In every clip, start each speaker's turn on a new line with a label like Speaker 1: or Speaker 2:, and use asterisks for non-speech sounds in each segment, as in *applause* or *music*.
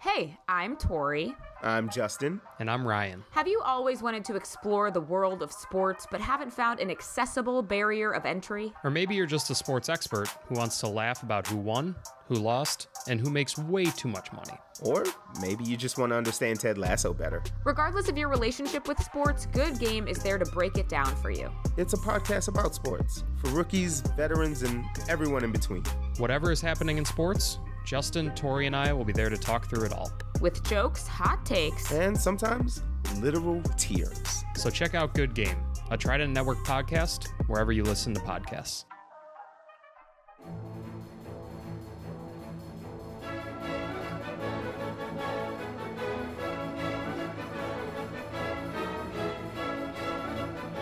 Speaker 1: Hey, I'm Tori.
Speaker 2: I'm Justin.
Speaker 3: And I'm Ryan.
Speaker 1: Have you always wanted to explore the world of sports but haven't found an accessible barrier of entry?
Speaker 3: Or maybe you're just a sports expert who wants to laugh about who won, who lost, and who makes way too much money.
Speaker 2: Or maybe you just want to understand Ted Lasso better.
Speaker 1: Regardless of your relationship with sports, Good Game is there to break it down for you.
Speaker 2: It's a podcast about sports for rookies, veterans, and everyone in between.
Speaker 3: Whatever is happening in sports, Justin, Tori, and I will be there to talk through it all.
Speaker 1: With jokes, hot takes,
Speaker 2: And sometimes literal tears.
Speaker 3: So check out Good Game, a Trident Network podcast, wherever you listen to podcasts.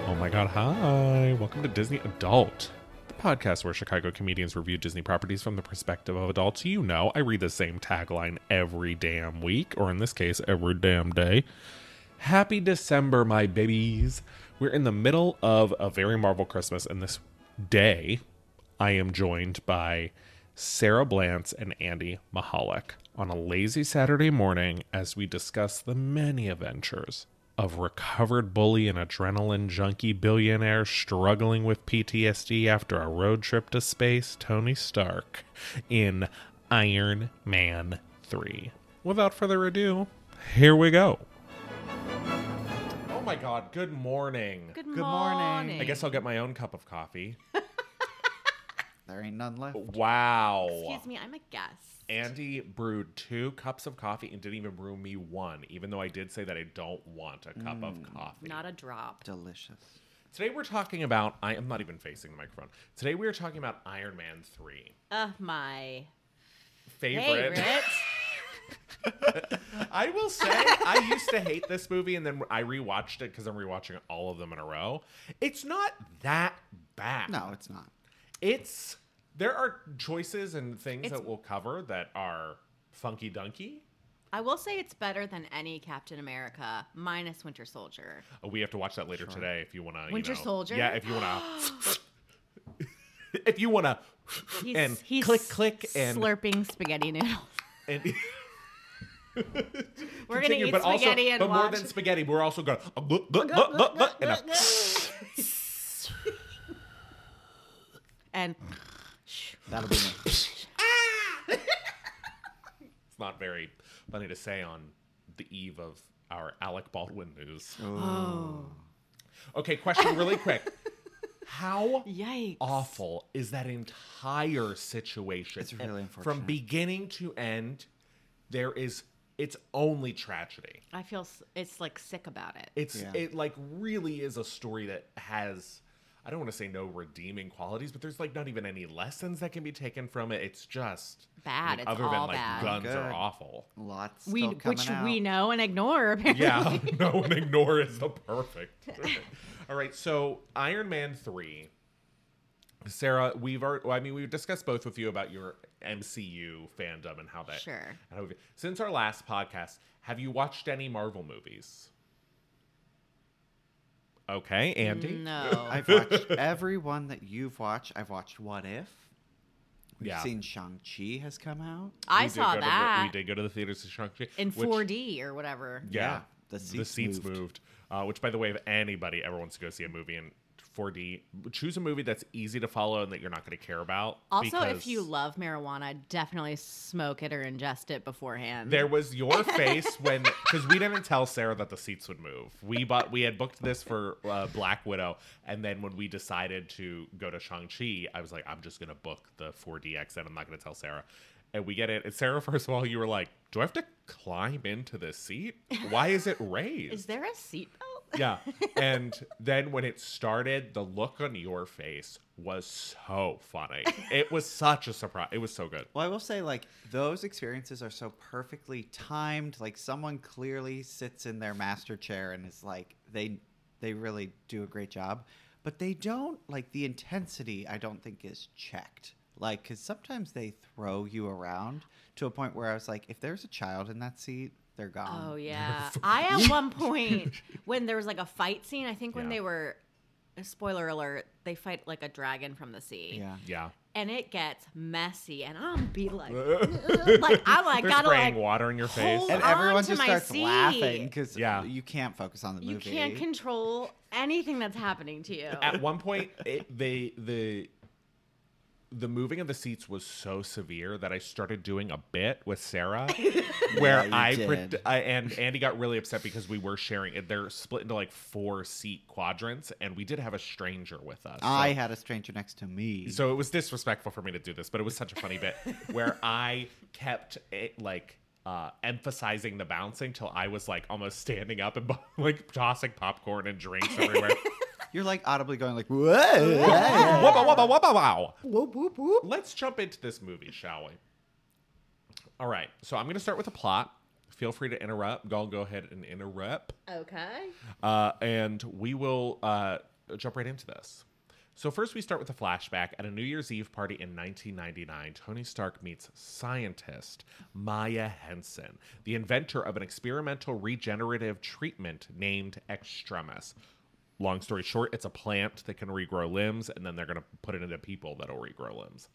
Speaker 4: Oh my god, hi. Welcome to Disney Adult, the podcast where Chicago comedians review Disney properties from the perspective of adults. You know, I read the same tagline every damn week, or in this case, every damn day. Happy December, my babies. We're in the middle of a very Marvel Christmas, and this day I am joined by Sarah Blance and Andy Mahalik on a lazy Saturday morning as we discuss the many adventures of recovered bully and adrenaline junkie billionaire struggling with PTSD after a road trip to space, Tony Stark, in Iron Man 3. Without further ado, here we go. Oh my god, good morning.
Speaker 5: Good, morning.
Speaker 4: I guess I'll get my own cup of coffee.
Speaker 5: there ain't none left.
Speaker 4: Wow.
Speaker 6: Excuse me, I'm a guest.
Speaker 4: Andy brewed two cups of coffee and didn't even brew me one, even though I did say that I don't want a cup of coffee.
Speaker 6: Mm, Not a drop.
Speaker 5: Delicious.
Speaker 4: Today we're talking about I am not even facing the microphone. Today we are talking about Iron Man 3.
Speaker 6: Uh, my
Speaker 4: Favorite.
Speaker 6: favorite.
Speaker 4: *laughs* I will say I used to hate this movie and then I rewatched it cuz I'm rewatching all of them in a row. It's not that bad.
Speaker 5: No, it's not.
Speaker 4: It's there are choices and things
Speaker 6: It's-
Speaker 4: that we'll cover that are funky dunky.
Speaker 6: I will say it's better than any Captain America, minus Winter
Speaker 4: *sighs*
Speaker 6: Soldier.
Speaker 4: Uh, We have to watch that later today if you want to.
Speaker 6: Winter
Speaker 4: you know,
Speaker 6: Soldier?
Speaker 4: Yeah, if you want to. *gasps* if you want to.
Speaker 6: He's,
Speaker 4: And
Speaker 6: he's
Speaker 4: click, click, and-
Speaker 6: slurping spaghetti noodles. *laughs*
Speaker 4: And *laughs*
Speaker 6: We're gonna
Speaker 4: continue,
Speaker 6: eat
Speaker 4: but also,
Speaker 6: spaghetti and
Speaker 4: but more
Speaker 6: watch.
Speaker 4: than spaghetti, we're also uh, going. to and uh, a-
Speaker 6: and
Speaker 5: That'll be me.
Speaker 4: it's not very funny to say on the eve of our Alec Baldwin news.
Speaker 6: Oh.
Speaker 4: Okay, question really
Speaker 6: *laughs*
Speaker 4: quick. How
Speaker 6: yikes!
Speaker 4: awful is that entire situation?
Speaker 5: It's really
Speaker 4: And From
Speaker 5: unfortunate.
Speaker 4: beginning to end, there is it's only tragedy.
Speaker 6: I feel s- it's like sick about it.
Speaker 4: It's
Speaker 5: Yeah.
Speaker 4: it like really is a story that has I don't want to say no redeeming qualities, but there's like not even any lessons that can be taken from it. It's just
Speaker 6: Bad. It's
Speaker 4: other than
Speaker 6: all
Speaker 4: like
Speaker 6: bad.
Speaker 4: guns are
Speaker 5: Good.
Speaker 4: awful.
Speaker 5: Lots
Speaker 6: we,
Speaker 5: still coming
Speaker 6: which
Speaker 5: out.
Speaker 6: we know and
Speaker 4: *laughs*
Speaker 6: ignore apparently. *laughs*
Speaker 4: Yeah, no and ignore is the perfect. all right, so Iron Man three. Sarah, we've already, I mean, we've discussed both with you about your MCU fandom and how that.
Speaker 6: Sure.
Speaker 4: and how- since our last podcast, have you watched any Marvel movies? Okay, Andy.
Speaker 6: No.
Speaker 5: I've watched every one that you've watched. I've watched What If. We've
Speaker 4: Yeah.
Speaker 5: seen Shang Chi has come out.
Speaker 6: I
Speaker 4: We did
Speaker 6: saw
Speaker 4: go to the-
Speaker 6: that
Speaker 4: we did go to the theaters to Shang-Chi.
Speaker 6: in
Speaker 4: which-
Speaker 6: 4D or whatever.
Speaker 4: Yeah.
Speaker 5: Yeah,
Speaker 4: The
Speaker 5: the
Speaker 4: seats,
Speaker 5: seats
Speaker 4: moved.
Speaker 5: moved.
Speaker 4: Uh, which, by the way, if anybody ever wants to go see a movie in 4D, choose a movie that's easy to follow and that you're not going to care about.
Speaker 6: Also,
Speaker 4: because
Speaker 6: if you love marijuana, definitely smoke it or ingest it beforehand.
Speaker 4: There was your
Speaker 6: *laughs*
Speaker 4: face when, because we didn't tell Sarah that the seats would move. We bought, we had booked this for uh, Black Widow, and then when we decided to go to Shang Chi, I was like, I'm just gonna book the 4DX, and I'm not gonna tell Sarah. And we get it. And Sarah, *laughs* first of all, you were like, Do I have to climb into this seat? Why is
Speaker 6: *laughs*
Speaker 4: it raised?
Speaker 6: Is there a seatbelt?
Speaker 4: Yeah. And then when it started, the look on your face was so funny. It was such a surprise. It was so good.
Speaker 5: Well, I will say, like, those experiences are so perfectly timed. Like, someone clearly sits in their master chair and is like, they they really do a great job, but they don't like the intensity. I don't think is checked. Like, because sometimes they throw you around to a point where I was like, if there's a child in that seat, they're gone.
Speaker 6: Oh yeah. I at one point when there was like a fight scene, I think when
Speaker 4: Yeah.
Speaker 6: they were spoiler alert, they fight like a dragon from the sea.
Speaker 5: Yeah.
Speaker 4: Yeah.
Speaker 6: And it gets messy, and I'm be like, *laughs* like I'm like,
Speaker 4: They're
Speaker 6: gotta
Speaker 4: spraying
Speaker 6: like,
Speaker 4: water in your face.
Speaker 6: hold
Speaker 5: And
Speaker 6: on
Speaker 5: everyone
Speaker 6: to
Speaker 5: just
Speaker 6: my
Speaker 5: starts
Speaker 6: seat.
Speaker 5: laughing because
Speaker 4: Yeah.
Speaker 5: you can't focus on the movie.
Speaker 6: you can't control anything that's happening to you.
Speaker 4: At one point, it, they the the moving of the seats was so severe that I started doing a bit with
Speaker 6: *laughs*
Speaker 4: Sarah, where
Speaker 5: you
Speaker 4: I,
Speaker 5: did.
Speaker 4: pred- I and Andy got really upset because we were sharing it. They're split into like four seat quadrants, and we did have a stranger with us. so-
Speaker 5: I had a stranger next to me.
Speaker 4: so it was disrespectful for me to do this, but it was such a funny bit where I kept it like uh, emphasizing the bouncing till I was like almost standing up and *laughs* like tossing popcorn and drinks everywhere. *laughs*
Speaker 5: You're like audibly going like, whoa.
Speaker 4: wubba, wubba, wubba, wow. Let's jump into this movie, shall we? All right. So I'm going to start with a plot. Feel free to interrupt. Go go ahead and interrupt.
Speaker 6: okay.
Speaker 4: Uh, and we will uh, jump right into this. So, first, we start with a flashback. At a New Year's Eve party in 1999, Tony Stark meets scientist Maya Henson, the inventor of an experimental regenerative treatment named Extremis. Long story short, it's a plant that can regrow limbs, and then they're going to put it into people that'll regrow limbs.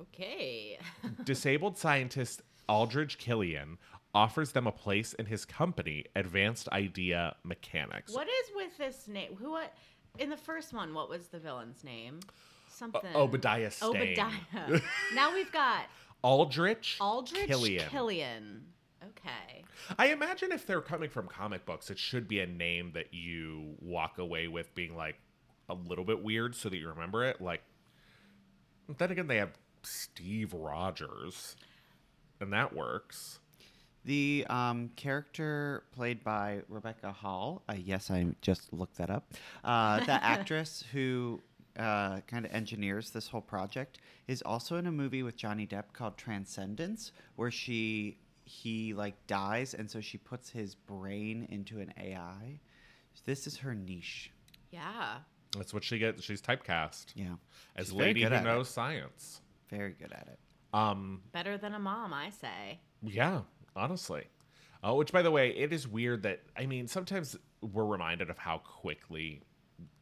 Speaker 6: Okay.
Speaker 4: Disabled scientist Aldridge Killian offers them a place in his company, Advanced Idea Mechanics.
Speaker 6: What is with this name? Who what in the first one, what was the villain's name? Something.
Speaker 4: Obadiah Stane.
Speaker 6: Obadiah. now we've got
Speaker 4: Aldrich.
Speaker 6: Aldrich
Speaker 4: Killian.
Speaker 6: Killian. Okay.
Speaker 4: I imagine if they're coming from comic books, it should be a name that you walk away with being like a little bit weird so that you remember it. Like, then again, they have Steve Rogers, and that works.
Speaker 5: The um, character played by Rebecca Hall. Uh, yes, I just looked that up. Uh,
Speaker 6: *laughs*
Speaker 5: the actress who uh, kind of engineers this whole project is also in a movie with Johnny Depp called Transcendence, where she he like dies, and so she puts his brain into an AI. This is her niche.
Speaker 6: Yeah.
Speaker 4: That's what she gets. She's typecast
Speaker 5: Yeah,
Speaker 4: as
Speaker 5: She's very
Speaker 4: lady
Speaker 5: good
Speaker 4: who
Speaker 5: at it.
Speaker 4: knows science.
Speaker 5: Very good at it.
Speaker 4: Um,
Speaker 6: Better than a mom, I say.
Speaker 4: Yeah, honestly. Uh, which, by the way, it is weird that I mean, sometimes we're reminded of how quickly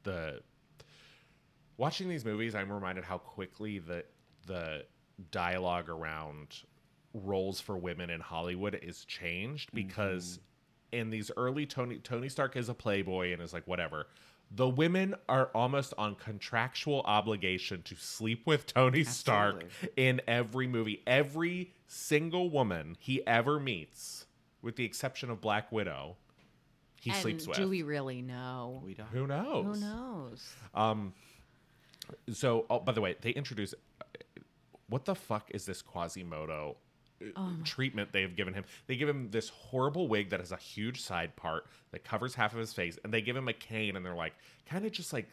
Speaker 4: the watching these movies. I'm reminded how quickly the the dialogue around roles for women in Hollywood is changed because in these early Tony Tony Stark is a playboy and is like whatever. The women are almost on contractual obligation to sleep with Tony Stark
Speaker 5: Absolutely.
Speaker 4: in every movie. Every single woman he ever meets, with the exception of Black Widow, he
Speaker 6: and
Speaker 4: sleeps with.
Speaker 6: do we really know?
Speaker 5: We don't.
Speaker 4: Who knows?
Speaker 6: Who knows?
Speaker 4: So, oh, by the way, they introduce what the fuck is this Quasimodo uh,
Speaker 6: Oh
Speaker 4: treatment they have given him? They give him this horrible wig that has a huge side part that covers half of his face, and they give him a cane, and they're like, kind of just like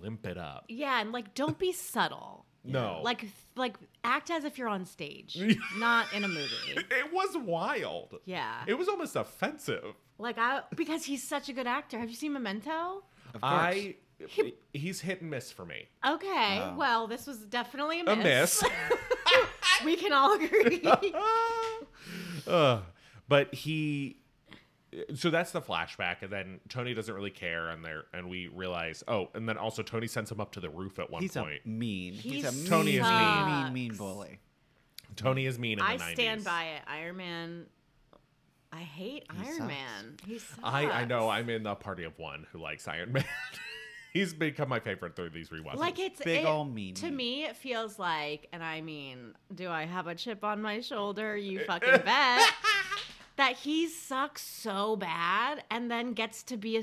Speaker 4: limp it up.
Speaker 6: Yeah, and like don't be subtle.
Speaker 4: *laughs* No,
Speaker 6: Like like act as if you're on
Speaker 4: *laughs*
Speaker 6: stage, not in a movie.
Speaker 4: it was wild.
Speaker 6: Yeah.
Speaker 4: it was almost offensive.
Speaker 6: Like I because he's such a good actor. Have you seen Memento?
Speaker 5: Of course.
Speaker 4: I he's hit and miss for me.
Speaker 6: Okay, well, this was definitely a miss.
Speaker 4: Uh, A miss.
Speaker 6: *laughs* we can all
Speaker 4: *laughs*
Speaker 6: agree.
Speaker 4: Ugh. Uh, but he so that's the flashback and then tony doesn't really care and there and we realize oh and then also tony sends him up to the roof at one
Speaker 5: He's a
Speaker 4: point
Speaker 5: mean. He's,
Speaker 6: He
Speaker 5: a
Speaker 4: Tony
Speaker 5: mean,
Speaker 4: is
Speaker 5: mean,
Speaker 6: mean.
Speaker 5: mean, mean
Speaker 6: sucks.
Speaker 5: bully.
Speaker 4: tony is mean in
Speaker 6: I
Speaker 4: the 90s
Speaker 6: stand by it. Iron Man. I hate Iron
Speaker 5: sucks.
Speaker 6: Man. He sucks.
Speaker 4: i i know i'm in the party of one who likes iron man *laughs* he's become my favorite through these rewatches
Speaker 6: Like it's
Speaker 5: Big
Speaker 6: it,
Speaker 5: ol' mean
Speaker 6: To
Speaker 5: mean.
Speaker 6: me, it feels like, and I mean, do I have a chip on my shoulder? You fucking bet.
Speaker 4: *laughs*
Speaker 6: That he sucks so bad and then gets to be a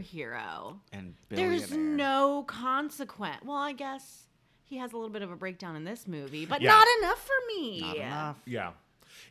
Speaker 6: superhero.
Speaker 5: And
Speaker 6: There's
Speaker 5: billionaire.
Speaker 6: no consequence. Well, I guess he has a little bit of a breakdown in this movie, but
Speaker 4: Yeah.
Speaker 6: not enough for me.
Speaker 5: Not enough.
Speaker 4: yeah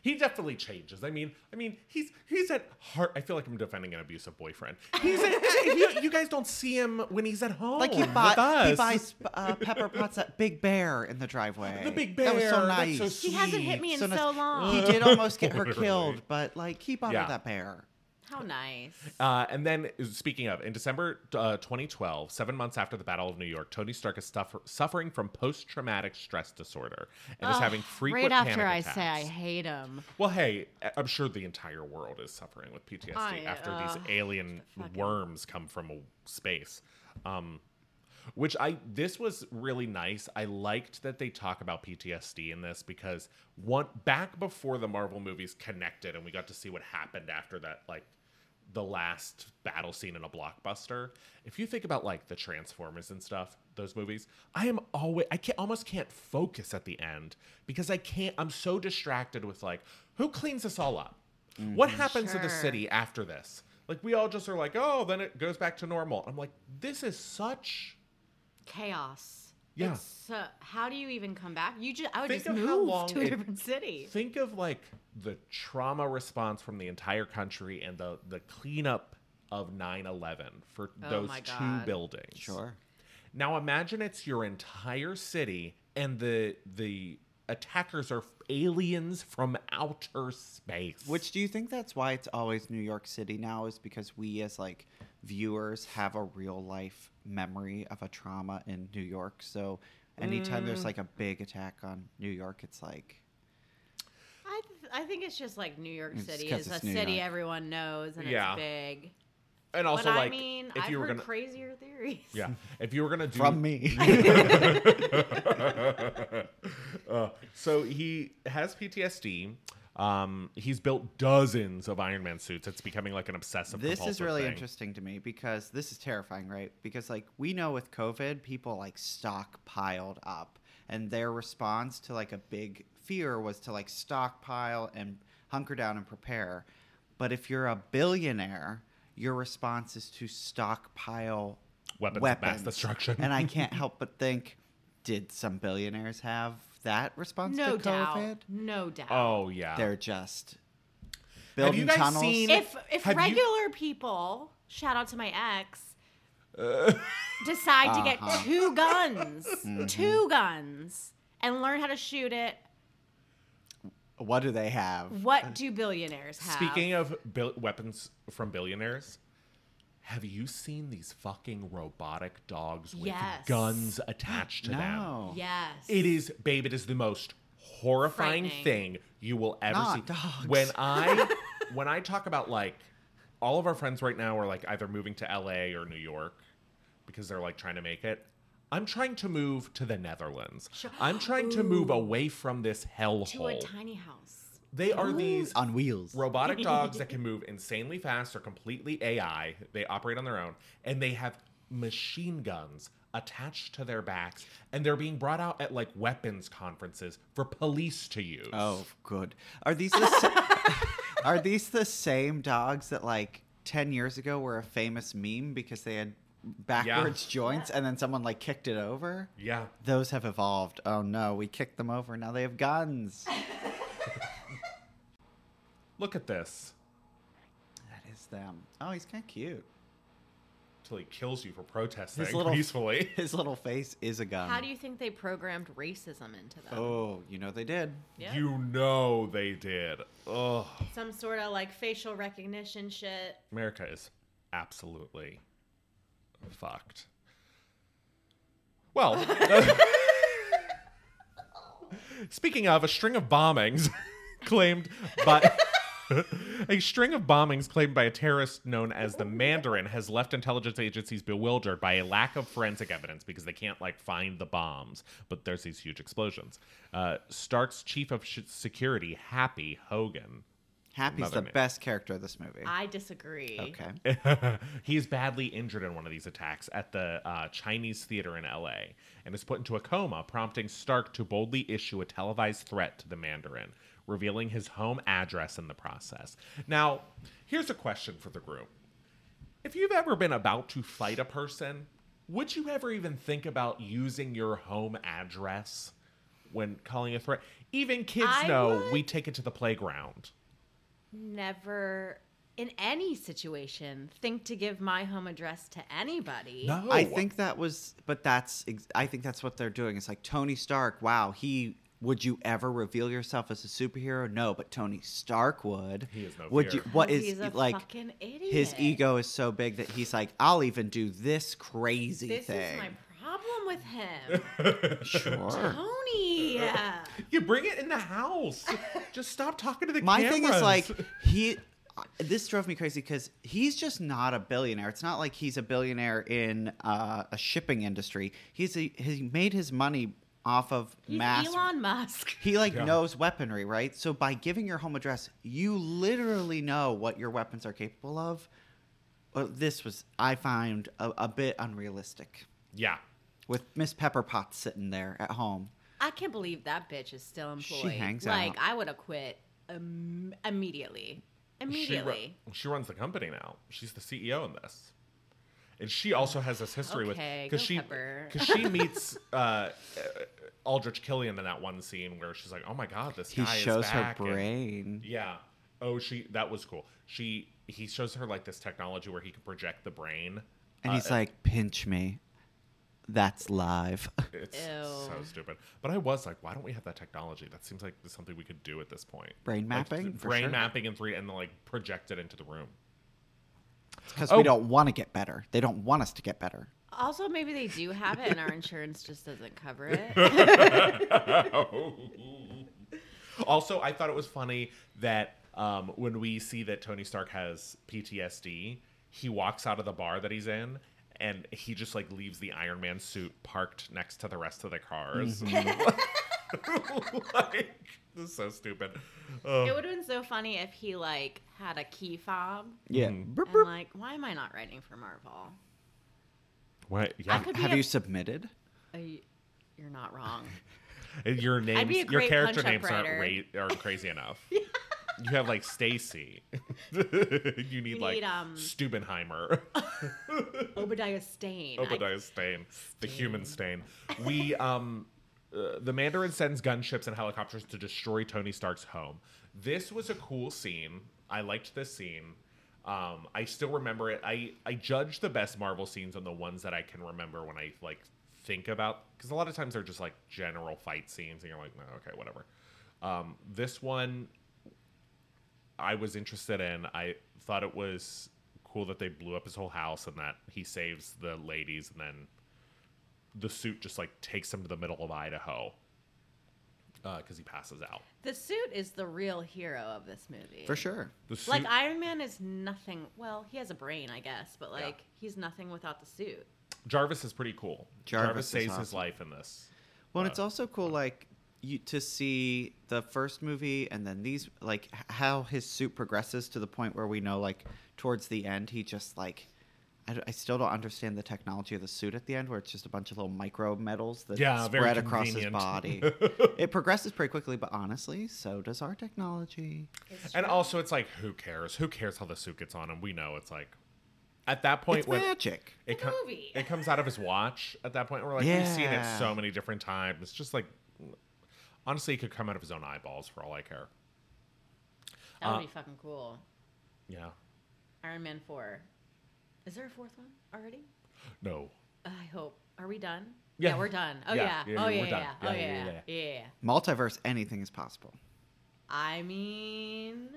Speaker 4: he definitely changes. I mean, I mean, he's he's at heart. I feel like I'm defending an abusive boyfriend. He's at, *laughs* you, you guys don't see him when he's at home.
Speaker 5: Like he
Speaker 4: with
Speaker 5: bought, he
Speaker 4: Oh, us.
Speaker 5: buys uh, pepper pots at Big Bear in the driveway.
Speaker 4: The Big
Speaker 5: That was
Speaker 4: Bear,
Speaker 5: so
Speaker 4: that's
Speaker 5: nice.
Speaker 4: so
Speaker 6: He hasn't hit me in so,
Speaker 5: nice.
Speaker 6: long.
Speaker 5: He did almost get her
Speaker 4: *laughs* Literally.
Speaker 5: killed, but like he bought
Speaker 4: Yeah.
Speaker 5: her that bear.
Speaker 6: How nice.
Speaker 4: Uh, and then, speaking of, in December uh, 2012, seven months after the Battle of New York, Tony Stark is suffer- suffering from post-traumatic stress disorder and is having frequent
Speaker 6: right after
Speaker 4: panic
Speaker 6: I
Speaker 4: attacks.
Speaker 6: say I hate him.
Speaker 4: well, hey, I- I'm sure the entire world is suffering with PTSD
Speaker 6: I,
Speaker 4: after
Speaker 6: uh,
Speaker 4: these alien worms come from a space. Um, which I this was really nice. I liked that they talk about PTSD in this because one back before the Marvel movies connected and we got to see what happened after that like the last battle scene in a blockbuster. If you think about like the Transformers and stuff, those movies, I am always I can't almost can't focus at the end because I can't I'm so distracted with like who cleans this all up? What happens to the
Speaker 6: Sure.
Speaker 4: city after this? Like we all just are like, oh, then it goes back to normal. I'm like, this is such
Speaker 6: chaos.
Speaker 4: Yeah.
Speaker 6: It's So how do you even come back? You just I would
Speaker 4: Think
Speaker 6: just
Speaker 4: of how long
Speaker 6: move to a
Speaker 4: it-
Speaker 6: different city.
Speaker 4: Think of like the trauma response from the entire country and the the cleanup of 9/11 for
Speaker 6: Oh
Speaker 4: those
Speaker 6: my
Speaker 4: two
Speaker 6: God.
Speaker 4: buildings.
Speaker 5: Sure.
Speaker 4: Now imagine it's your entire city and the the attackers are aliens from outer space.
Speaker 5: Which do you think that's why it's always New York City now is because we as like viewers have a real life memory of a trauma in New York. So anytime there's
Speaker 6: Mm.
Speaker 5: like a big attack on New York, it's like
Speaker 6: I th- I think it's just like New York
Speaker 5: It's
Speaker 6: City
Speaker 5: 'cause
Speaker 6: is a
Speaker 5: it's New
Speaker 6: city
Speaker 5: York.
Speaker 6: everyone knows and
Speaker 4: Yeah.
Speaker 6: it's big.
Speaker 4: and also
Speaker 6: but
Speaker 4: like
Speaker 6: I mean,
Speaker 4: if
Speaker 6: I've
Speaker 4: you were
Speaker 6: heard
Speaker 4: going to
Speaker 6: crazier theories.
Speaker 4: Yeah. If *laughs* you were going to do
Speaker 5: from me.
Speaker 4: Uh, so he has PTSD. Um, he's built dozens of Iron Man suits. It's becoming like an obsessive.
Speaker 5: this is
Speaker 4: compulsive
Speaker 5: really
Speaker 4: thing.
Speaker 5: interesting to me because this is terrifying, right? Because like we know with COVID, people like stockpiled up, and their response to like a big fear was to like stockpile and hunker down and prepare. But if you're a billionaire, your response is to stockpile
Speaker 4: Weapons of mass destruction.
Speaker 5: and
Speaker 4: *laughs*
Speaker 5: I can't help but think, did some billionaires have that response
Speaker 6: *laughs* No
Speaker 5: to
Speaker 6: doubt.
Speaker 5: COVID?
Speaker 6: No doubt.
Speaker 4: Oh yeah.
Speaker 5: They're just
Speaker 4: Have
Speaker 5: building
Speaker 4: you guys
Speaker 5: tunnels.
Speaker 4: seen-
Speaker 6: if if
Speaker 4: Have you-
Speaker 6: regular people, shout out to my
Speaker 4: *laughs*
Speaker 6: ex, decide to
Speaker 5: Uh-huh.
Speaker 6: get two guns,
Speaker 4: Mm-hmm.
Speaker 6: two guns, and learn how to shoot it,
Speaker 5: what do they have?
Speaker 6: what do billionaires have?
Speaker 4: Speaking of bil- weapons from billionaires, have you seen these fucking robotic dogs with
Speaker 6: Yes.
Speaker 4: guns attached to them?
Speaker 5: No.
Speaker 6: yes,
Speaker 4: It is, babe. It is the most horrifying
Speaker 6: Frightening.
Speaker 4: thing you will ever
Speaker 5: Not
Speaker 4: see.
Speaker 5: dogs.
Speaker 4: When
Speaker 5: *laughs*
Speaker 4: I when I talk about like all of our friends right now are like either moving to LA or New York because they're like trying to make it. I'm trying to move to the Netherlands. I'm trying to move away from this
Speaker 6: to a
Speaker 4: hellhole.
Speaker 6: tiny house.
Speaker 4: They are these
Speaker 5: on wheels.
Speaker 4: robotic dogs that can move insanely fast are completely AI. They operate on their own and they have machine guns attached to their backs and they're being brought out at like weapons conferences for police to use.
Speaker 5: Oh, good. Are these the sa- *laughs* are these the same dogs that like ten years ago were a famous meme because they had backwards joints and then someone like kicked it over?
Speaker 4: Yeah.
Speaker 5: Those have evolved. Oh no, we kicked them over. Now they have
Speaker 6: *laughs*
Speaker 5: guns.
Speaker 4: Look at this.
Speaker 5: that is them. Oh, he's kind of cute.
Speaker 4: Till he kills you for protesting
Speaker 5: His
Speaker 4: *laughs*
Speaker 5: little-
Speaker 4: peacefully.
Speaker 5: His little face is a gun.
Speaker 6: How do you think they programmed racism into them?
Speaker 5: Oh, you know they did.
Speaker 6: Yeah.
Speaker 4: You know they did. Ugh.
Speaker 6: Some sort of like facial recognition shit.
Speaker 4: America is absolutely fucked. Well, *laughs* speaking of a string of bombings *laughs* claimed by *laughs* a string of bombings claimed by a terrorist known as the Mandarin has left intelligence agencies bewildered by a lack of forensic evidence because they can't like find the bombs, but there's these huge explosions. Uh, Stark's chief of sh- security, Happy Hogan,
Speaker 5: Happy's
Speaker 4: Another
Speaker 5: the
Speaker 4: name.
Speaker 5: best character of this movie.
Speaker 6: I disagree.
Speaker 5: okay.
Speaker 4: He's badly injured in one of these attacks at the uh, Chinese theater in LA and is put into a coma, prompting Stark to boldly issue a televised threat to the Mandarin, revealing his home address in the process. Now, here's a question for the group If you've ever been about to fight a person, would you ever even think about using your home address when calling a threat? Even kids
Speaker 6: I
Speaker 4: know
Speaker 6: would.
Speaker 4: we take it to the playground.
Speaker 6: Never in any situation think to give my home address to anybody.
Speaker 4: No.
Speaker 5: I think that was, but that's, ex- I think that's what they're doing. It's like Tony Stark. Wow, he would you ever reveal yourself as a superhero? No, but Tony Stark would. He
Speaker 4: is no
Speaker 5: Would
Speaker 4: fear.
Speaker 5: you? What is
Speaker 6: Oh, He's a
Speaker 5: like?
Speaker 6: fucking idiot.
Speaker 5: His ego is so big that he's like, I'll even do this crazy
Speaker 6: This
Speaker 5: thing.
Speaker 6: is *laughs* my problem with him,
Speaker 5: sure. *laughs*
Speaker 6: Tony.
Speaker 4: You bring it in the house. Just stop talking to the
Speaker 5: My
Speaker 4: cameras. *laughs*
Speaker 5: thing is like he this drove me crazy because he's just not a billionaire. It's not like he's a billionaire in uh, a shipping industry. He's a, he made his money off of
Speaker 6: He's
Speaker 5: mass.
Speaker 6: Elon Musk.
Speaker 5: He like knows weaponry, right? So by giving your home address, you literally know what your weapons are capable of. Well, this was I found a, a bit unrealistic
Speaker 7: Yeah.
Speaker 5: with Miss Pepper Potts sitting there at home.
Speaker 6: I can't believe that bitch is still employed.
Speaker 5: hangs
Speaker 6: like
Speaker 5: out.
Speaker 6: I would have quit Im- immediately.
Speaker 4: She, ru-
Speaker 6: Immediately.
Speaker 4: she runs the company now. She's the CEO in this. And she also has this history
Speaker 6: Okay,
Speaker 4: with because
Speaker 6: go
Speaker 4: she *laughs*
Speaker 6: Pepper.
Speaker 4: because she meets uh, Aldrich Killian in that one scene where she's like, "Oh my god, this
Speaker 5: He
Speaker 4: guy
Speaker 5: shows
Speaker 4: is
Speaker 5: her
Speaker 4: back," and-
Speaker 5: brain.
Speaker 4: yeah. Oh, she that was cool. She he shows her like this technology where he can project the brain.
Speaker 5: And he's
Speaker 4: uh,
Speaker 5: like, pinch me. That's live. *laughs*
Speaker 4: It's so
Speaker 6: Ew.
Speaker 4: stupid. But I was like, why don't we have that technology? That seems like something we could do at this point.
Speaker 5: Brain
Speaker 4: Like,
Speaker 5: mapping, for
Speaker 4: brain
Speaker 5: sure.
Speaker 4: mapping, and three, and then like project it into the room. *laughs*
Speaker 5: Because
Speaker 7: Oh.
Speaker 5: we don't want to get better. They don't want us to get better.
Speaker 6: Also, maybe they do have it, and
Speaker 5: *laughs*
Speaker 6: our insurance just doesn't cover it.
Speaker 4: Also, I thought it was funny that um, when we see that Tony Stark has PTSD, he walks out of the bar that he's in and he just like leaves the Iron Man suit parked next to the rest of the cars.
Speaker 6: Mm-hmm.
Speaker 4: *laughs* like, this is so stupid. Uh,
Speaker 6: it would have been so funny if he like had a key fob.
Speaker 5: Yeah.
Speaker 4: Mm-hmm.
Speaker 6: And like, why am I not writing for Marvel?
Speaker 4: What?
Speaker 6: I
Speaker 4: Yeah,
Speaker 6: could be
Speaker 5: Have
Speaker 6: a-
Speaker 5: you submitted?
Speaker 6: a- Uh, you're not *laughs* wrong.
Speaker 4: your names,
Speaker 6: be a
Speaker 4: your
Speaker 6: great
Speaker 4: character
Speaker 6: punch-up
Speaker 4: names aren't,
Speaker 6: writer.
Speaker 4: ra-
Speaker 6: *laughs*
Speaker 4: aren't crazy enough. You have like Stacy. *laughs* you need like
Speaker 6: need, um,
Speaker 4: Stubenheimer.
Speaker 6: Obadiah Stane. I-
Speaker 4: Obadiah Stane, the human Stain. We, um, uh, the Mandarin sends gunships and helicopters to destroy Tony Stark's home. This was a cool scene. I liked this scene. Um, I still remember it. I I judge the best Marvel scenes on the ones that I can remember when I like think about because a lot of times they're just like general fight scenes and you're like, no, okay, whatever. Um, this one I was interested in. I thought it was cool that they blew up his whole house and that he saves the ladies and then the suit just like takes him to the middle of Idaho because he passes out.
Speaker 6: the suit is the real hero of this movie.
Speaker 5: For sure.
Speaker 4: The suit,
Speaker 6: Like Iron Man is nothing. Well, he has a brain, I guess, but like he's nothing without the suit.
Speaker 4: Jarvis is pretty cool. Jarvis,
Speaker 5: Jarvis is
Speaker 4: saves his
Speaker 5: awesome.
Speaker 4: life in this.
Speaker 5: Well, and it's also cool, like you to see the first movie and then these, like h- how his suit progresses to the point where we know, like towards the end, he just like. I, d- I still don't understand the technology of the suit at the end, where it's just a bunch of little micro metals that
Speaker 4: Yeah, very
Speaker 5: spread across his
Speaker 4: convenient. *laughs*
Speaker 5: body. it progresses pretty quickly, but honestly, so does our technology.
Speaker 4: And also, it's like, who cares? Who cares how the suit gets on him? We know it's like at that point
Speaker 5: It's
Speaker 4: when
Speaker 5: magic.
Speaker 4: it,
Speaker 6: The
Speaker 4: com-
Speaker 6: movie.
Speaker 4: it comes out of his watch at that point. We're like, we've seen it
Speaker 5: Yeah.
Speaker 4: so many different times. It's just like, honestly, it could come out of his own eyeballs for all I care.
Speaker 6: That
Speaker 4: Uh,
Speaker 6: would be fucking cool.
Speaker 4: Yeah.
Speaker 6: Iron Man four. Is there a fourth one already?
Speaker 4: No.
Speaker 6: I hope. Are we done?
Speaker 4: Yeah.
Speaker 6: Yeah, we're done. Oh
Speaker 4: Yeah,
Speaker 6: yeah.
Speaker 4: yeah,
Speaker 6: oh
Speaker 4: yeah,
Speaker 6: yeah.
Speaker 4: we're
Speaker 6: yeah,
Speaker 4: done.
Speaker 6: Oh
Speaker 4: Yeah, yeah,
Speaker 6: yeah.
Speaker 4: yeah,
Speaker 6: Yeah. yeah,
Speaker 5: Multiverse, anything is possible.
Speaker 6: I mean,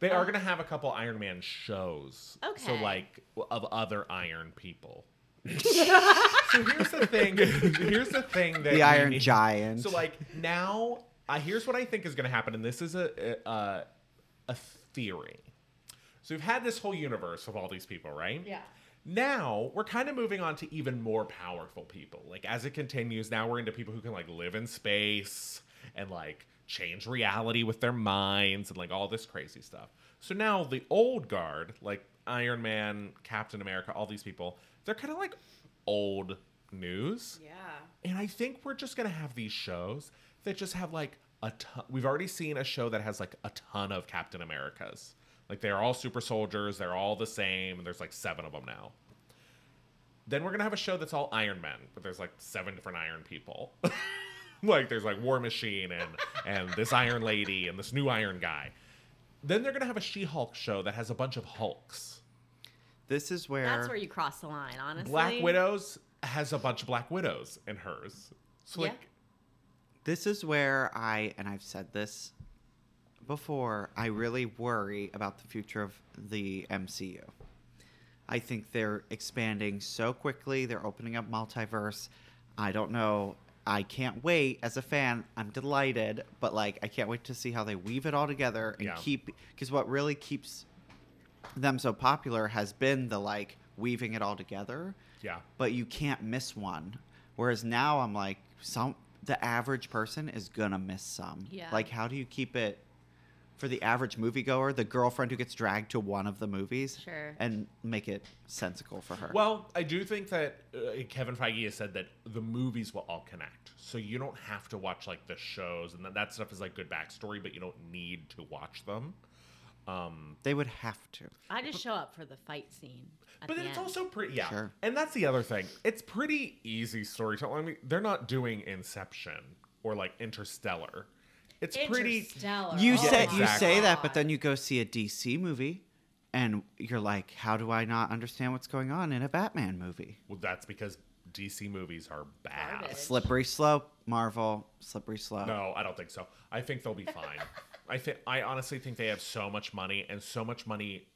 Speaker 4: They are going to have a couple Iron Man shows. So,
Speaker 6: Okay.
Speaker 4: like, of other Iron people. *laughs* so here's the thing. Here's the thing that we
Speaker 5: The Iron
Speaker 4: need-
Speaker 5: Giant.
Speaker 4: So like now, uh, here's what I think is going to happen, and this is a a, a theory. So we've had this whole universe of all these people, right?
Speaker 6: Yeah.
Speaker 4: Now we're kind of moving on to even more powerful people. Like as it continues, now we're into people who can like live in space and like change reality with their minds and like all this crazy stuff. So now the old guard, like Iron Man, Captain America, all these people, they're kind of like old news.
Speaker 6: yeah.
Speaker 4: And I think we're just gonna have these shows that just have like a ton. We've already seen a show that has like a ton of Captain Americas. Like they're all super soldiers. They're all the same. And there's like seven of them now. Then we're gonna have a show that's all Iron Men, but there's like seven different Iron people. *laughs* like there's like War Machine and and this Iron Lady and this new Iron guy. Then they're gonna have a She-Hulk show that has a bunch of Hulks.
Speaker 5: This is where,
Speaker 6: That's where you cross the line, honestly.
Speaker 4: Black Widows has a bunch of Black Widows in hers. So
Speaker 6: Yeah.
Speaker 4: like.
Speaker 5: this is where I and I've said this before, I really worry about the future of the MCU. I think they're expanding so quickly, they're opening up multiverse. I don't know. I can't wait as a fan. I'm delighted, but like I can't wait to see how they weave it all together and
Speaker 4: Yeah.
Speaker 5: keep because what really keeps them so popular has been the like weaving it all together
Speaker 4: Yeah.
Speaker 5: but you can't miss one. Whereas now I'm like, some the average person is gonna miss some.
Speaker 6: Yeah.
Speaker 5: Like, how do you keep it for the average moviegoer, the girlfriend who gets dragged to one of the movies,
Speaker 6: Sure.
Speaker 5: and make it sensical for her?
Speaker 4: Well, I do think that uh, Kevin Feige has said that the movies will all connect, so you don't have to watch like the shows, and that, that stuff is like good backstory, but you don't need to watch them.
Speaker 5: they would have to.
Speaker 6: I just show up for the fight scene. at
Speaker 4: But
Speaker 6: the
Speaker 4: then it's
Speaker 6: end.
Speaker 4: also pretty, yeah.
Speaker 5: Sure.
Speaker 4: And that's the other thing. It's pretty easy storytelling. I mean, they're not doing Inception or like Interstellar. It's pretty.
Speaker 6: Interstellar.
Speaker 5: You
Speaker 6: oh
Speaker 5: say
Speaker 6: my
Speaker 5: you say that, but
Speaker 6: God.
Speaker 5: then you go see a DC movie, and you're like, how do I not understand what's going on in a Batman movie?
Speaker 4: Well, that's because DC movies are bad.
Speaker 6: Garbage.
Speaker 5: Slippery slope, Marvel. Slippery slope.
Speaker 4: No, I don't think so. I think they'll be fine. I think I honestly think they have so much money and so much money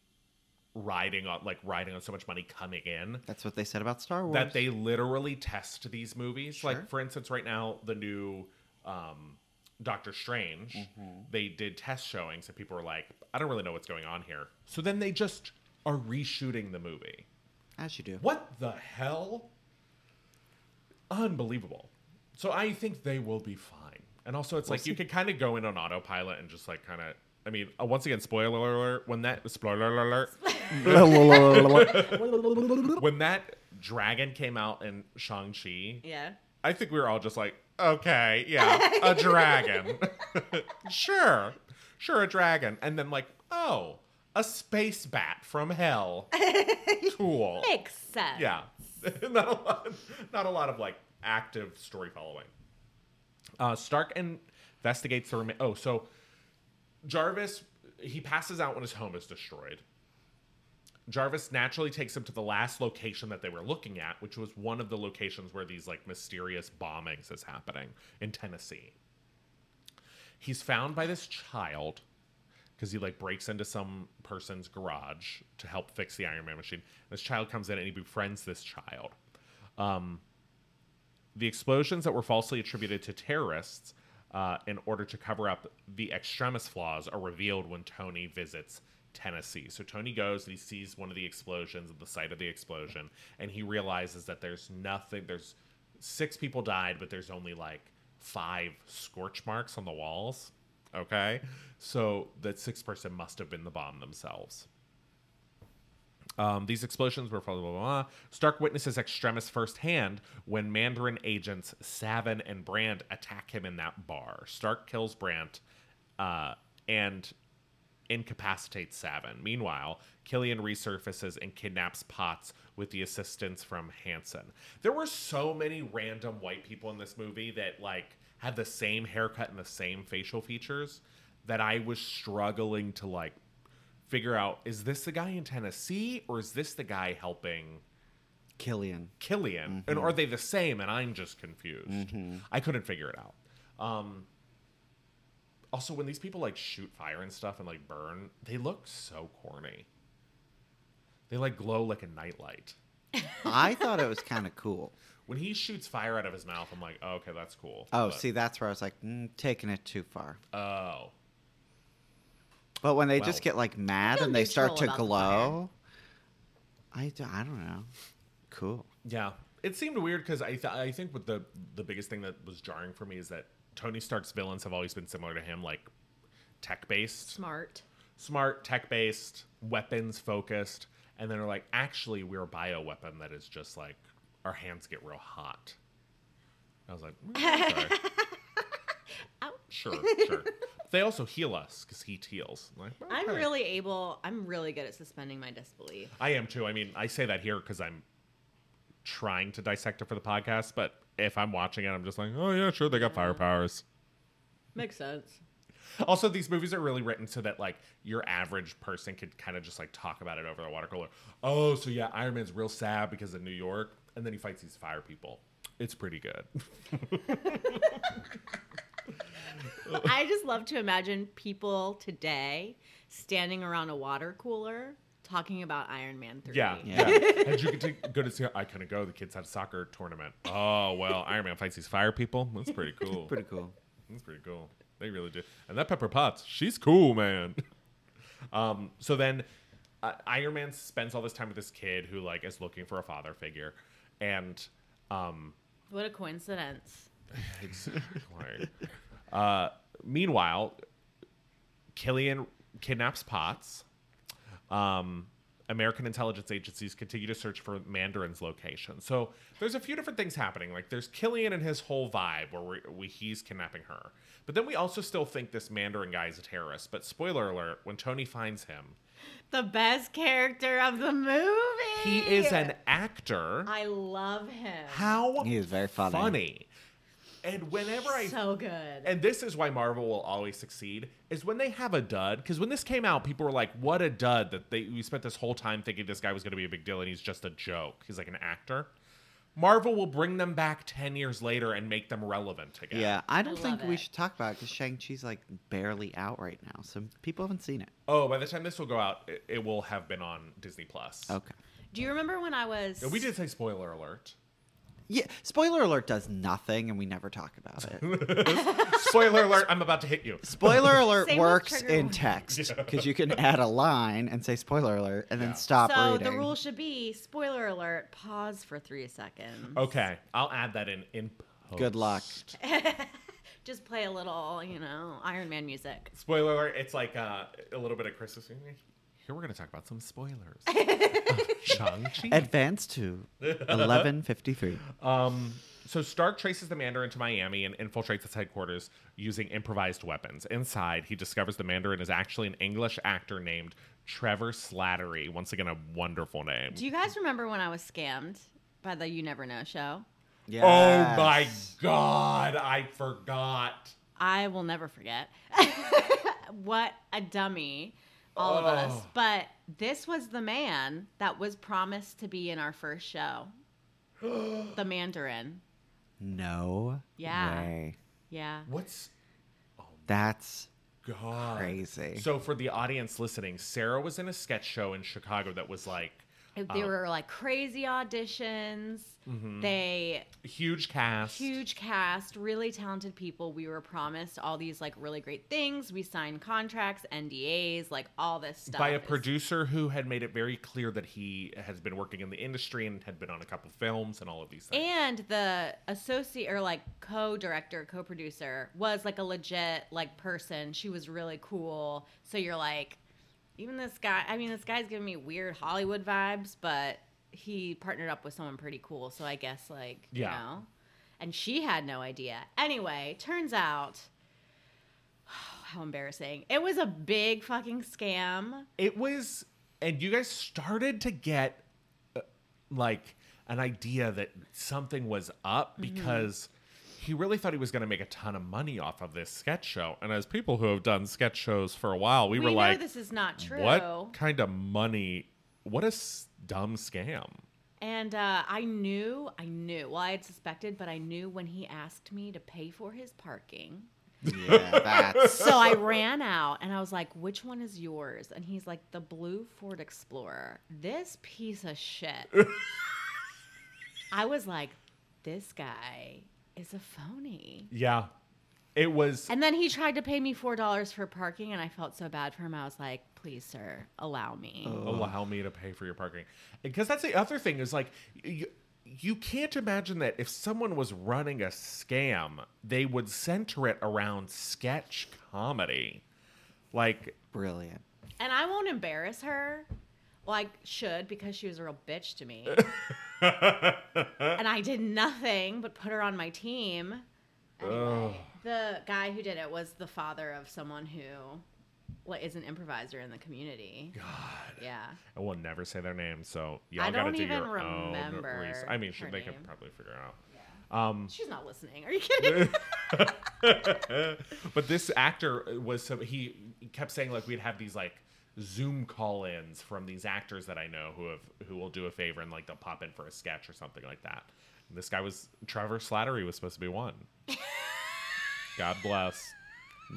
Speaker 4: riding on like riding on so much money coming in
Speaker 5: That's what they said about Star Wars.
Speaker 4: that they literally test these movies.
Speaker 5: Sure.
Speaker 4: Like for instance, right now the new um, Doctor Strange, they did test showings and people were like, "I don't really know what's going on here." So then they just are reshooting the movie.
Speaker 5: as you do.
Speaker 4: *laughs* What the hell? Unbelievable. So I think they will be fine. And also, it's like you could kind of go in on autopilot and just like kind of. I mean, uh, once again, spoiler alert. When that spoiler alert. when that dragon came out in Shang Chi,
Speaker 6: Yeah.
Speaker 4: I think we were all just like, okay, yeah, a dragon. *laughs* sure. Sure, a dragon. And then, like, oh, a space bat from hell. cool.
Speaker 6: Makes sense.
Speaker 4: Yeah. *laughs* not a lot not a lot of like active story following. Uh Stark investigates the rema- oh, so Jarvis he passes out when his home is destroyed. Jarvis naturally takes him to the last location that they were looking at, which was one of the locations where these like mysterious bombings is happening in Tennessee. He's found by this child because he like breaks into some person's garage to help fix the Iron Man machine. This child comes in and he befriends this child. Um, the explosions that were falsely attributed to terrorists uh, in order to cover up the extremist flaws are revealed when Tony visits Tennessee. So Tony goes and he sees one of the explosions at the site of the explosion, and he realizes that there's nothing. There's six people died, but there's only like five scorch marks on the walls. Okay, so that sixth person must have been the bomb themselves. Um, these explosions were blah, blah, blah, blah. Stark witnesses extremists firsthand when Mandarin agents Savin and Brandt attack him in that bar. Stark kills Brandt uh, and incapacitates Savin. Meanwhile, Killian resurfaces and kidnaps Potts with the assistance from Hanson. There were so many random white people in this movie that like had the same haircut and the same facial features that I was struggling to like figure out is this the guy in Tennessee or is this the guy helping
Speaker 5: Killian.
Speaker 4: Killian?
Speaker 5: Mm-hmm.
Speaker 4: And are they the same? And I'm just confused. I couldn't figure it out. Um, also, when these people like shoot fire and stuff and like burn, they look so corny. They like glow like a nightlight.
Speaker 5: I thought it was kind of cool.
Speaker 4: When he shoots fire out of his mouth, I'm like, oh, okay, that's cool.
Speaker 5: Oh,
Speaker 4: But-
Speaker 5: see, that's where I was like mm, taking it too far.
Speaker 4: oh,
Speaker 5: But when they
Speaker 4: well.
Speaker 5: just get like mad
Speaker 6: Feel
Speaker 5: and they start to
Speaker 6: neutral about
Speaker 5: glow, I, d- I don't know. Cool.
Speaker 4: Yeah, it seemed weird because I th- I think what the the biggest thing that was jarring for me is that Tony Stark's villains have always been similar to him, like tech based,
Speaker 6: Smart.
Speaker 4: smart tech based, weapons focused, and then they're like, actually, we're a bio weapon that is just like our hands get real hot. I was like, mm, okay. sure, sure. They also heal us because he heals. I'm like,
Speaker 6: I'm
Speaker 4: okay.
Speaker 6: really able. I'm really good at suspending my disbelief.
Speaker 4: I am too. I mean, I say that here because I'm trying to dissect it for the podcast, but if I'm watching it, I'm just like, oh yeah, sure, they got fire powers. *laughs*
Speaker 6: Makes sense.
Speaker 4: Also, these movies are really written so that like your average person could kind of just like talk about it over the water cooler. Oh, so yeah, Iron Man's real sad because of New York, and then he fights these fire people. It's pretty
Speaker 5: *laughs*
Speaker 4: good.
Speaker 6: I just love to imagine people today standing around a water cooler talking about Iron Man 3.
Speaker 4: Yeah, yeah.
Speaker 5: Yeah.
Speaker 4: *laughs* Had you could take, go to see, I couldn't go. The kids had a soccer tournament. Oh well, Iron Man fights these fire people. That's
Speaker 5: *laughs*
Speaker 4: pretty cool.
Speaker 5: Pretty cool.
Speaker 4: That's pretty cool. *laughs* They really do. And that Pepper Potts, she's cool, man. Um, so then uh, Iron Man spends all this time with this kid who like is looking for a father figure, and um,
Speaker 6: What a coincidence.
Speaker 4: Exactly. *laughs* uh, meanwhile, Killian kidnaps Potts. Um, American intelligence agencies continue to search for Mandarin's location. So there's a few different things happening. Like there's Killian and his whole vibe where we, we, he's kidnapping her. But then we also still think this Mandarin guy is a terrorist. But spoiler alert, when Tony finds him,
Speaker 6: The best character of the movie.
Speaker 4: he is an actor.
Speaker 6: I love him.
Speaker 4: How
Speaker 5: He is very funny.
Speaker 4: And whenever I
Speaker 6: so good.
Speaker 4: and this is why Marvel will always succeed is when they have a dud. Because when this came out, people were like, "What a dud!" That they we spent this whole time thinking this guy was going to be a big deal, and he's just a joke. He's like an actor. Marvel will bring them back ten years later and make them relevant again.
Speaker 5: Yeah, I don't
Speaker 6: I
Speaker 5: think
Speaker 6: love
Speaker 5: we
Speaker 6: it.
Speaker 5: should talk about it because Shang Chi's like barely out right now, so people haven't seen it.
Speaker 4: Oh, by the time this will go out, it, it will have been on Disney Plus.
Speaker 5: Okay.
Speaker 6: Do you remember when I was?
Speaker 4: We did say spoiler alert.
Speaker 5: Yeah, spoiler alert does nothing, and we never talk about
Speaker 4: *laughs*
Speaker 5: it.
Speaker 4: Spoiler alert! I'm about to hit you.
Speaker 5: Spoiler alert
Speaker 6: Same with
Speaker 5: works
Speaker 6: trigger
Speaker 5: in
Speaker 6: warning.
Speaker 5: text because you can add a line and say spoiler alert and then stop
Speaker 6: So
Speaker 5: reading.
Speaker 6: the rule should be spoiler alert. Pause for three seconds.
Speaker 4: Okay, I'll add that in. In post.
Speaker 5: Good luck.
Speaker 6: Just play a little, you know, Iron Man music.
Speaker 4: Spoiler alert! It's like uh, a little bit of Christmas. Here we're going to talk about some
Speaker 6: *laughs*
Speaker 4: spoilers. Shang Chi. *laughs*
Speaker 5: Advance to eleven fifty three.
Speaker 4: Um, so Stark traces the Mandarin to Miami and infiltrates its headquarters using improvised weapons. Inside, he discovers the Mandarin is actually an English actor named Trevor Slattery. Once again, a wonderful name.
Speaker 6: Do you guys remember when I was scammed by the You Never Know show?
Speaker 4: Oh my God! I forgot.
Speaker 6: I will never forget. *laughs* what a dummy, all of us.
Speaker 4: Oh.
Speaker 6: But this was the man that was promised to be in our first show. the Mandarin.
Speaker 5: No.
Speaker 6: Yeah.
Speaker 5: Way.
Speaker 6: Yeah.
Speaker 4: What's
Speaker 5: That's
Speaker 4: God?
Speaker 5: crazy.
Speaker 4: So for the audience listening, Sarah was in a sketch show in Chicago that was like
Speaker 6: There were like crazy auditions. They
Speaker 4: huge cast.
Speaker 6: huge cast, really talented people. We were promised all these like really great things. We signed contracts, NDAs, like all this stuff.
Speaker 4: by a
Speaker 6: It's-
Speaker 4: producer who had made it very clear that he has been working in the industry and had been on a couple films and all of these things.
Speaker 6: and the associate or like co-director co-producer was like a legit like person she was really cool so you're like even this guy i mean this guy's giving me weird hollywood vibes but he partnered up with someone pretty cool so i guess like
Speaker 4: Yeah.
Speaker 6: you know and she had no idea anyway turns out *sighs* how embarrassing it was a big fucking scam
Speaker 4: it was and you guys started to get uh, like an idea that something was up
Speaker 6: Mm-hmm.
Speaker 4: because he really thought he was going to make a ton of money off of this sketch show and as people who have done sketch shows for a while we,
Speaker 6: we
Speaker 4: were
Speaker 6: know
Speaker 4: like
Speaker 6: this is not true
Speaker 4: what kind of money what a s- dumb scam
Speaker 6: And uh, I knew, I knew, well, I had suspected, but I knew when he asked me to pay for his parking.
Speaker 5: yeah, that's
Speaker 4: *laughs*
Speaker 6: So I ran out and I was like, which one is yours? And he's like, the blue Ford Explorer. This piece of shit. I was like, this guy is a phony.
Speaker 4: yeah it was
Speaker 6: And then he tried to pay me $4 for parking, and I felt so bad for him. I was like, please, sir, allow me.
Speaker 4: allow me to pay for your parking because that's the other thing is like you, you can't imagine that if someone was running a scam they would center it around sketch comedy like
Speaker 5: brilliant.
Speaker 6: And I won't embarrass her. Well, I should because she was a real bitch to me. and I did nothing but put her on my team. Anyway, the guy who did it was the father of someone who well, is an improviser in the community. God. Yeah.
Speaker 4: i will never say their name so y'all
Speaker 6: I
Speaker 4: gotta
Speaker 6: don't
Speaker 4: do
Speaker 6: even
Speaker 4: your own
Speaker 6: remember
Speaker 4: research. i mean
Speaker 6: her
Speaker 4: they could
Speaker 6: name.
Speaker 4: probably figure it out
Speaker 6: She's not listening. Are you kidding?
Speaker 4: but this actor was so he kept saying like we'd have these like zoom call-ins from these actors that i know who have who will do a favor and like they'll pop in for a sketch or something like that and this guy was trevor slattery was supposed to be one god bless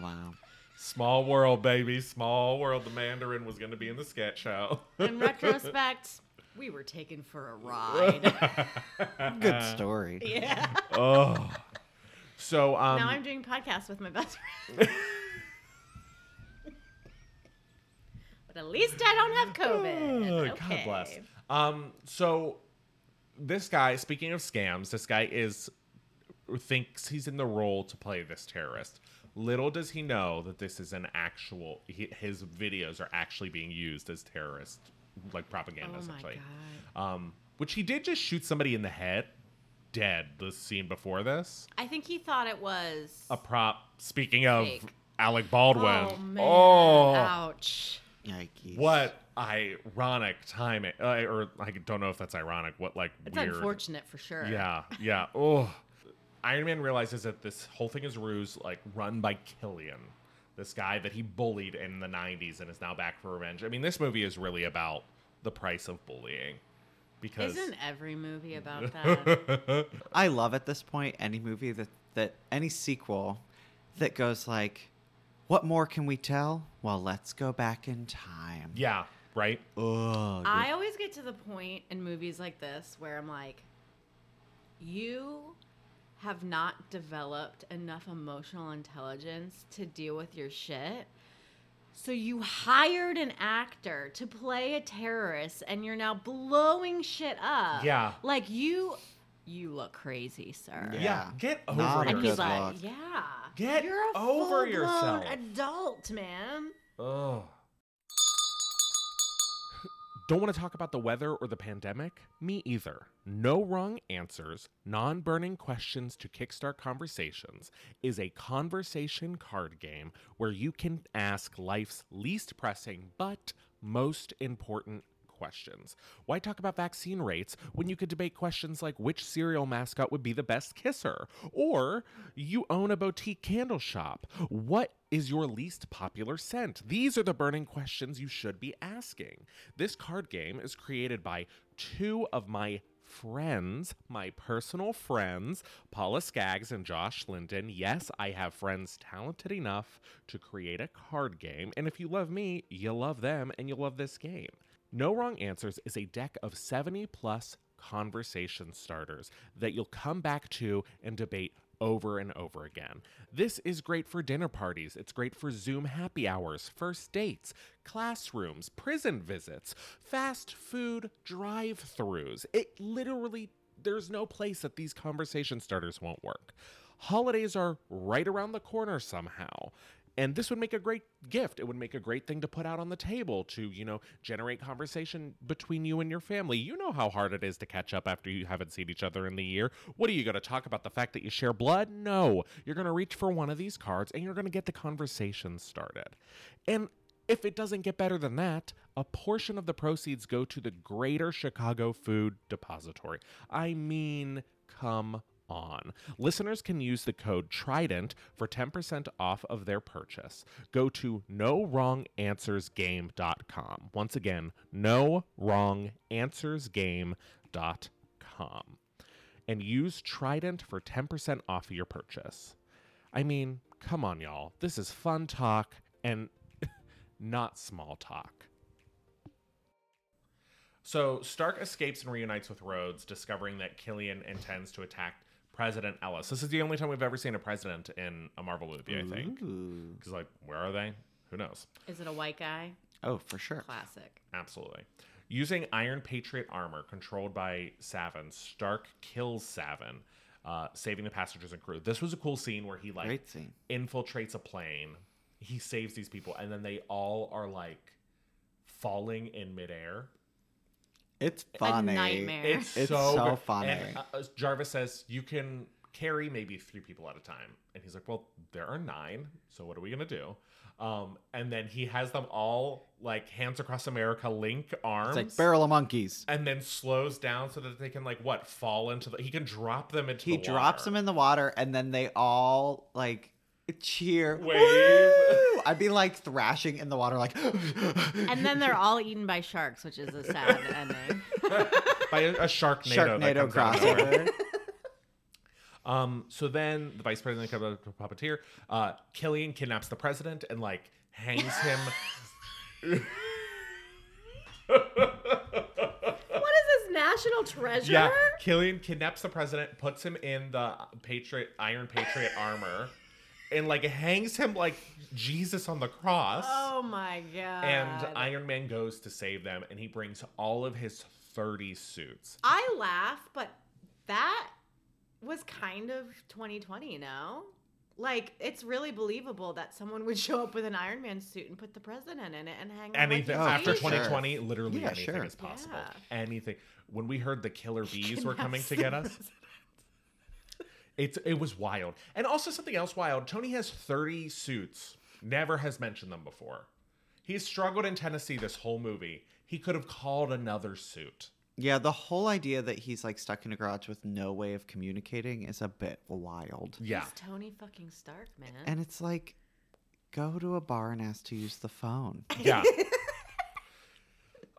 Speaker 5: Wow.
Speaker 4: small world baby small world the mandarin was going to be in the sketch show *laughs*
Speaker 6: in retrospect, we were taken for a ride.
Speaker 5: Good
Speaker 4: Uh,
Speaker 5: story.
Speaker 4: so um
Speaker 6: now I'm doing podcasts with my best friend. But at least I don't have COVID.
Speaker 4: Ugh,
Speaker 6: okay.
Speaker 4: Oh,
Speaker 6: Oh
Speaker 4: God bless. Um, so this guy, speaking of scams, this guy is thinks he's in the role to play this terrorist. Little does he know that this is an actual he, his videos are actually being used as terrorist like propaganda
Speaker 6: Oh my
Speaker 4: essentially.
Speaker 6: God.
Speaker 4: Um which he did just shoot somebody in the head dead the scene before this.
Speaker 6: I think he thought it was.
Speaker 4: A prop speaking of
Speaker 6: Fake.
Speaker 4: Alec Baldwin.
Speaker 6: oh man!
Speaker 4: Oh.
Speaker 6: Ouch.
Speaker 5: Yikes.
Speaker 4: What ironic timing, uh, or I don't know if that's ironic. What like
Speaker 6: It's
Speaker 4: weird?
Speaker 6: unfortunate for sure.
Speaker 4: Yeah, yeah. Oh, Iron Man realizes that this whole thing is ruse, like run by Killian, this guy that he bullied in the '90s and is now back for revenge. I mean, this movie is really about the price of bullying, because *laughs*
Speaker 6: Isn't every movie about that?
Speaker 5: I love at this point any movie that that any sequel that goes like, what more can we tell? Well, let's go back in time.
Speaker 4: yeah, right.
Speaker 5: Ugh.
Speaker 6: I always get to the point in movies like this where I'm like, you have not developed enough emotional intelligence to deal with your shit. So you hired an actor to play a terrorist and you're now blowing shit up.
Speaker 4: Yeah.
Speaker 6: Like you you look crazy, sir.
Speaker 4: Yeah,
Speaker 5: Yeah.
Speaker 4: get over
Speaker 5: Nah,
Speaker 6: And he's
Speaker 5: Good
Speaker 4: yourself.
Speaker 6: like,
Speaker 5: luck.
Speaker 6: yeah.
Speaker 4: Get
Speaker 6: you're a
Speaker 4: over
Speaker 6: full-blown
Speaker 4: yourself."
Speaker 6: adult, man.
Speaker 4: Oh. *laughs* Don't want to talk about the weather or the pandemic? Me either. No wrong answers, non burning questions to kickstart conversations is a conversation card game where you can ask life's least pressing but most important questions. Why talk about vaccine rates when you could debate questions like which cereal mascot would be the best kisser? Or you own a boutique candle shop. What is your least popular scent? These are the burning questions you should be asking. This card game is created by two of my friends, my personal friends, Paula Skaggs and Josh Linden. Yes, I have friends talented enough to create a card game. And if you love me, you love them and you love this game. No Wrong Answers is a deck of 70 plus conversation starters that you'll come back to and debate over and over again. This is great for dinner parties. It's great for Zoom happy hours, first dates, classrooms, prison visits, fast food drive-throughs. It literally there's no place that these conversation starters won't work. Holidays are right around the corner somehow. And this would make a great gift. It would make a great thing to put out on the table to, you know, generate conversation between you and your family. You know how hard it is to catch up after you haven't seen each other in the year. What are you going to talk about? The fact that you share blood? No. You're going to reach for one of these cards and you're going to get the conversation started. And if it doesn't get better than that, a portion of the proceeds go to the Greater Chicago Food Depository. I mean, come on. Listeners can use the code TRIDENT for 10% off of their purchase. Go to nowronganswersgame.com. Once again, nowronganswersgame.com. And use Trident for 10% off of your purchase. I mean, come on, y'all. This is fun talk and not small talk. So Stark escapes and reunites with Rhodes, discovering that Killian intends to attack President Ellis. This is the only time we've ever seen a president in a Marvel movie, I think.
Speaker 5: Ooh.
Speaker 4: Because, like, where are they? Who knows?
Speaker 6: Is it a white guy?
Speaker 5: Oh, for sure.
Speaker 6: Classic.
Speaker 4: Absolutely. Using Iron Patriot armor controlled by Savin, Stark kills Savin, uh, saving the passengers and crew. This was a cool scene where he, like,
Speaker 5: Great scene.
Speaker 4: infiltrates a plane. He saves these people, and then they all are like falling in midair.
Speaker 5: It's funny.
Speaker 6: A nightmare.
Speaker 4: It's,
Speaker 5: It's
Speaker 4: so,
Speaker 5: so
Speaker 4: good.
Speaker 5: funny.
Speaker 4: And, uh, uh, Jarvis says you can carry maybe three people at a time, and he's like, "Well, there are nine, so what are we gonna do?" Um, and then he has them all like hands across America, link arms.
Speaker 5: It's like barrel of monkeys.
Speaker 4: and then slows down so that they can like what fall into the he can drop them into
Speaker 5: He
Speaker 4: the
Speaker 5: drops
Speaker 4: water.
Speaker 5: them in the water, and then they all like cheer.
Speaker 4: Wave.
Speaker 5: Woo! I'd be like thrashing in the water, like. *gasps* and
Speaker 6: And then they're all eaten by sharks, which is
Speaker 4: *laughs*
Speaker 6: a sad ending.
Speaker 4: by a, a shark NATO
Speaker 5: Sharknado crossover.
Speaker 4: *laughs* Um, so then the vice president comes up to a puppeteer. Uh, Killian kidnaps the president and like hangs him.
Speaker 5: *laughs*
Speaker 6: What is this national treasure?
Speaker 4: yeah, Killian kidnaps the president, puts him in the patriot iron patriot armor, and like hangs him like Jesus on the cross.
Speaker 6: Oh my god.
Speaker 4: and Iron Man goes to save them, and he brings all of his 30 suits.
Speaker 6: I laugh, but that was kind of 2020, no? Like it's really believable that someone would show up with an Iron Man suit and put the president in it and hang. him like
Speaker 4: Anything
Speaker 6: a
Speaker 4: after
Speaker 6: bee.
Speaker 5: sure.
Speaker 4: 2020, literally
Speaker 5: Yeah,
Speaker 4: anything
Speaker 5: sure.
Speaker 4: is possible.
Speaker 6: Yeah.
Speaker 4: Anything. When we heard the killer bees
Speaker 6: Can
Speaker 4: were
Speaker 6: have
Speaker 4: coming to
Speaker 6: some
Speaker 4: get us,
Speaker 6: president.
Speaker 4: it's it was wild. And also something else wild. Tony has 30 suits. Never has mentioned them before. He's struggled in Tennessee this whole movie. He could have called another suit.
Speaker 5: Yeah, the whole idea that he's like stuck in a garage with no way of communicating is a bit wild.
Speaker 4: Yeah.
Speaker 6: He's Tony fucking Stark, man.
Speaker 5: And it's like, go to a bar and ask to use the
Speaker 6: *laughs*
Speaker 5: phone. *laughs*
Speaker 4: Yeah.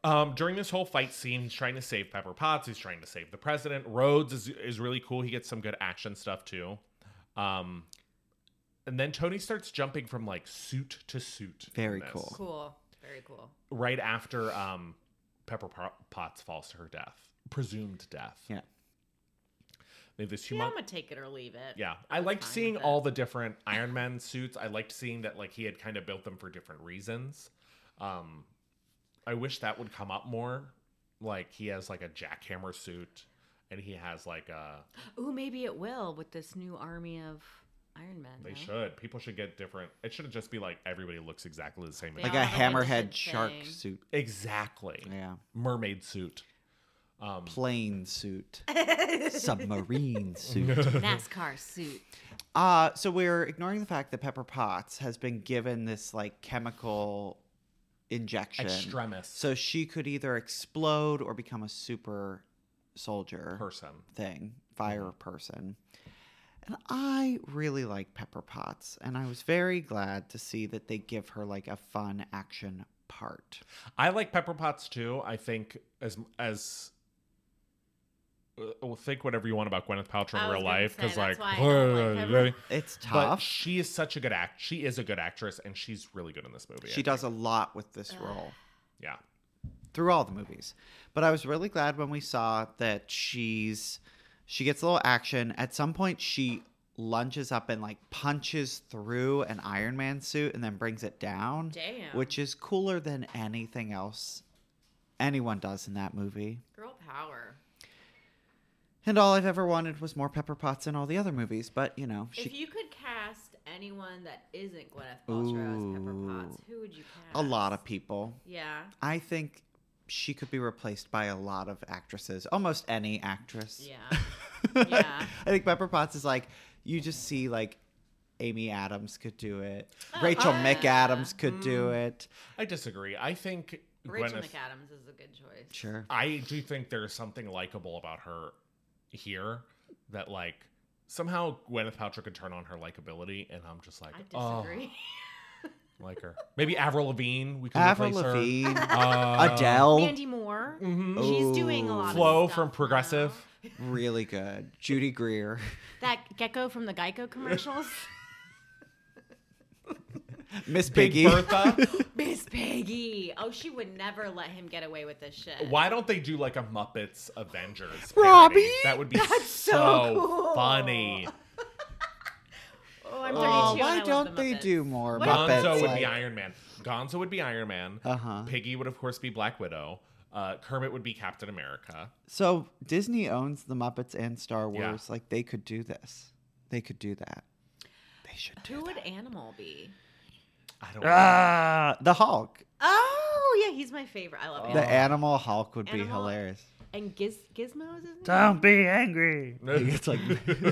Speaker 4: um, during this whole fight scene, he's trying to save Pepper Potts. He's trying to save the president. Rhodes is, is really cool. He gets some good action stuff too. Um, and then Tony starts jumping from like suit to suit. in
Speaker 5: Very
Speaker 4: this,
Speaker 5: cool.
Speaker 6: cool. Very cool.
Speaker 4: Right after um, Pepper Po- Potts falls to her death, presumed death.
Speaker 5: Yeah.
Speaker 4: They have this
Speaker 6: Yeah, I'm
Speaker 4: human.
Speaker 6: gonna take it or leave it.
Speaker 4: Yeah, I liked
Speaker 6: fine with
Speaker 4: seeing
Speaker 6: that.
Speaker 4: all the
Speaker 6: *laughs*
Speaker 4: different Iron Man suits. I liked seeing that like he had kind of built them for different reasons. Um, I wish that would come up more. Like he has like a jackhammer suit, and he has like a.
Speaker 6: Ooh, maybe it will with this new army of Iron Men.
Speaker 4: They
Speaker 6: no?
Speaker 4: should. People should get different. It shouldn't just be like everybody looks exactly the same.
Speaker 6: They
Speaker 5: Like
Speaker 6: Yeah,
Speaker 5: a
Speaker 6: I don't like the
Speaker 5: hammerhead
Speaker 6: shit
Speaker 5: shark
Speaker 6: thing.
Speaker 5: suit.
Speaker 4: Exactly.
Speaker 5: Yeah.
Speaker 4: Mermaid suit. Um,
Speaker 5: Plane
Speaker 6: *laughs*
Speaker 5: suit.
Speaker 4: *laughs*
Speaker 5: Submarine suit.
Speaker 6: NASCAR suit.
Speaker 5: Uh, so we're ignoring the fact that Pepper Potts has been given this like chemical injection.
Speaker 4: extremis
Speaker 5: So she could either explode or become a super soldier
Speaker 4: person. Mm-hmm.
Speaker 5: thing, fire person. And I really like Pepper Potts, and I was very glad to see that they give her like a fun action part.
Speaker 4: I like Pepper Potts too. I think as as uh, well, think whatever you want about Gwyneth Paltrow
Speaker 6: I
Speaker 4: in
Speaker 6: was
Speaker 4: real
Speaker 6: gonna
Speaker 4: life
Speaker 6: say,
Speaker 4: because like,
Speaker 6: that's why I
Speaker 4: *laughs*
Speaker 6: don't like Pepper.
Speaker 5: It's
Speaker 4: but
Speaker 5: tough.
Speaker 4: she is such a good act. She is a good actress, and she's really good in this movie. I
Speaker 5: She
Speaker 4: think.
Speaker 5: does a lot with this role.
Speaker 4: Yeah,
Speaker 5: through all the movies. But I was really glad when we saw that she's she gets a little action. At some point she lunges up and like punches through an Iron Man suit and then brings it down.
Speaker 6: Damn.
Speaker 5: Which is cooler than anything else anyone does in that movie.
Speaker 6: Girl power.
Speaker 5: And all I've ever wanted was more Pepper Potts in all the other movies, but you know, she
Speaker 6: if you could cast anyone that isn't Gwyneth Paltrow as Pepper Potts, who would you cast?
Speaker 5: a lot of people.
Speaker 6: Yeah.
Speaker 5: I think she could be replaced by a lot of actresses, almost any actress.
Speaker 6: *laughs* Yeah.
Speaker 5: *laughs*
Speaker 6: Yeah.
Speaker 5: I think Pepper Potts is like you just see like Amy Adams could do it.
Speaker 6: Oh,
Speaker 5: Rachel
Speaker 6: yeah.
Speaker 5: McAdams could do
Speaker 4: Mm.
Speaker 5: it.
Speaker 4: I disagree. I think
Speaker 6: Rachel
Speaker 4: Gwyneth.
Speaker 6: McAdams is a good choice.
Speaker 5: Sure.
Speaker 4: I do think there's something likable about her here that like somehow Gwyneth Paltrow could turn on her likability, and I'm just like,
Speaker 6: I
Speaker 4: oh,
Speaker 6: disagree. *laughs*
Speaker 4: like her. Maybe Avril Lavigne. We could
Speaker 5: Avril
Speaker 4: replace her.
Speaker 6: *laughs*
Speaker 5: Lavigne,
Speaker 4: Uh,
Speaker 5: Adele,
Speaker 6: Mandy Moore.
Speaker 4: mhm.
Speaker 6: She's doing a lot of
Speaker 4: Flo
Speaker 6: stuff
Speaker 4: from
Speaker 6: now.
Speaker 4: Progressive.
Speaker 5: really good.
Speaker 4: *laughs*
Speaker 5: Judy Greer.
Speaker 6: That gecko from the Geico commercials.
Speaker 5: Miss
Speaker 4: Big
Speaker 5: Piggy. *laughs*
Speaker 4: Bertha.
Speaker 6: *laughs* Miss Piggy. Oh, she would never let him get away with this shit.
Speaker 4: Why don't they do like a Muppets Avengers? Parody?
Speaker 5: Robbie!
Speaker 4: that would be so,
Speaker 6: so cool.
Speaker 4: funny.
Speaker 6: Oh,
Speaker 5: Oh,
Speaker 6: I'm 32 and I
Speaker 5: why
Speaker 6: love
Speaker 5: don't
Speaker 6: the
Speaker 5: they
Speaker 6: Muppets.
Speaker 5: do more
Speaker 6: What-
Speaker 5: Muppets?
Speaker 4: Gonzo would
Speaker 5: like-
Speaker 4: be Iron Man. Gonzo would be Iron Man.
Speaker 5: Uh-huh.
Speaker 4: Piggy would of course be Black Widow. Uh, Kermit would be Captain America.
Speaker 5: so Disney owns the Muppets and Star Wars.
Speaker 4: Yeah.
Speaker 5: Like they could do this. They could do that. They should do.
Speaker 6: Who would Animal be?
Speaker 4: I don't.
Speaker 5: Ah, the Hulk.
Speaker 6: Oh, yeah, he's my favorite. I
Speaker 4: Oh.
Speaker 6: love
Speaker 5: The
Speaker 6: Animal.
Speaker 5: animal Hulk would be
Speaker 6: Animal-
Speaker 5: hilarious.
Speaker 6: And Giz- Gizmo is his name?
Speaker 5: be angry.
Speaker 4: know. *laughs*
Speaker 5: It's like,
Speaker 6: What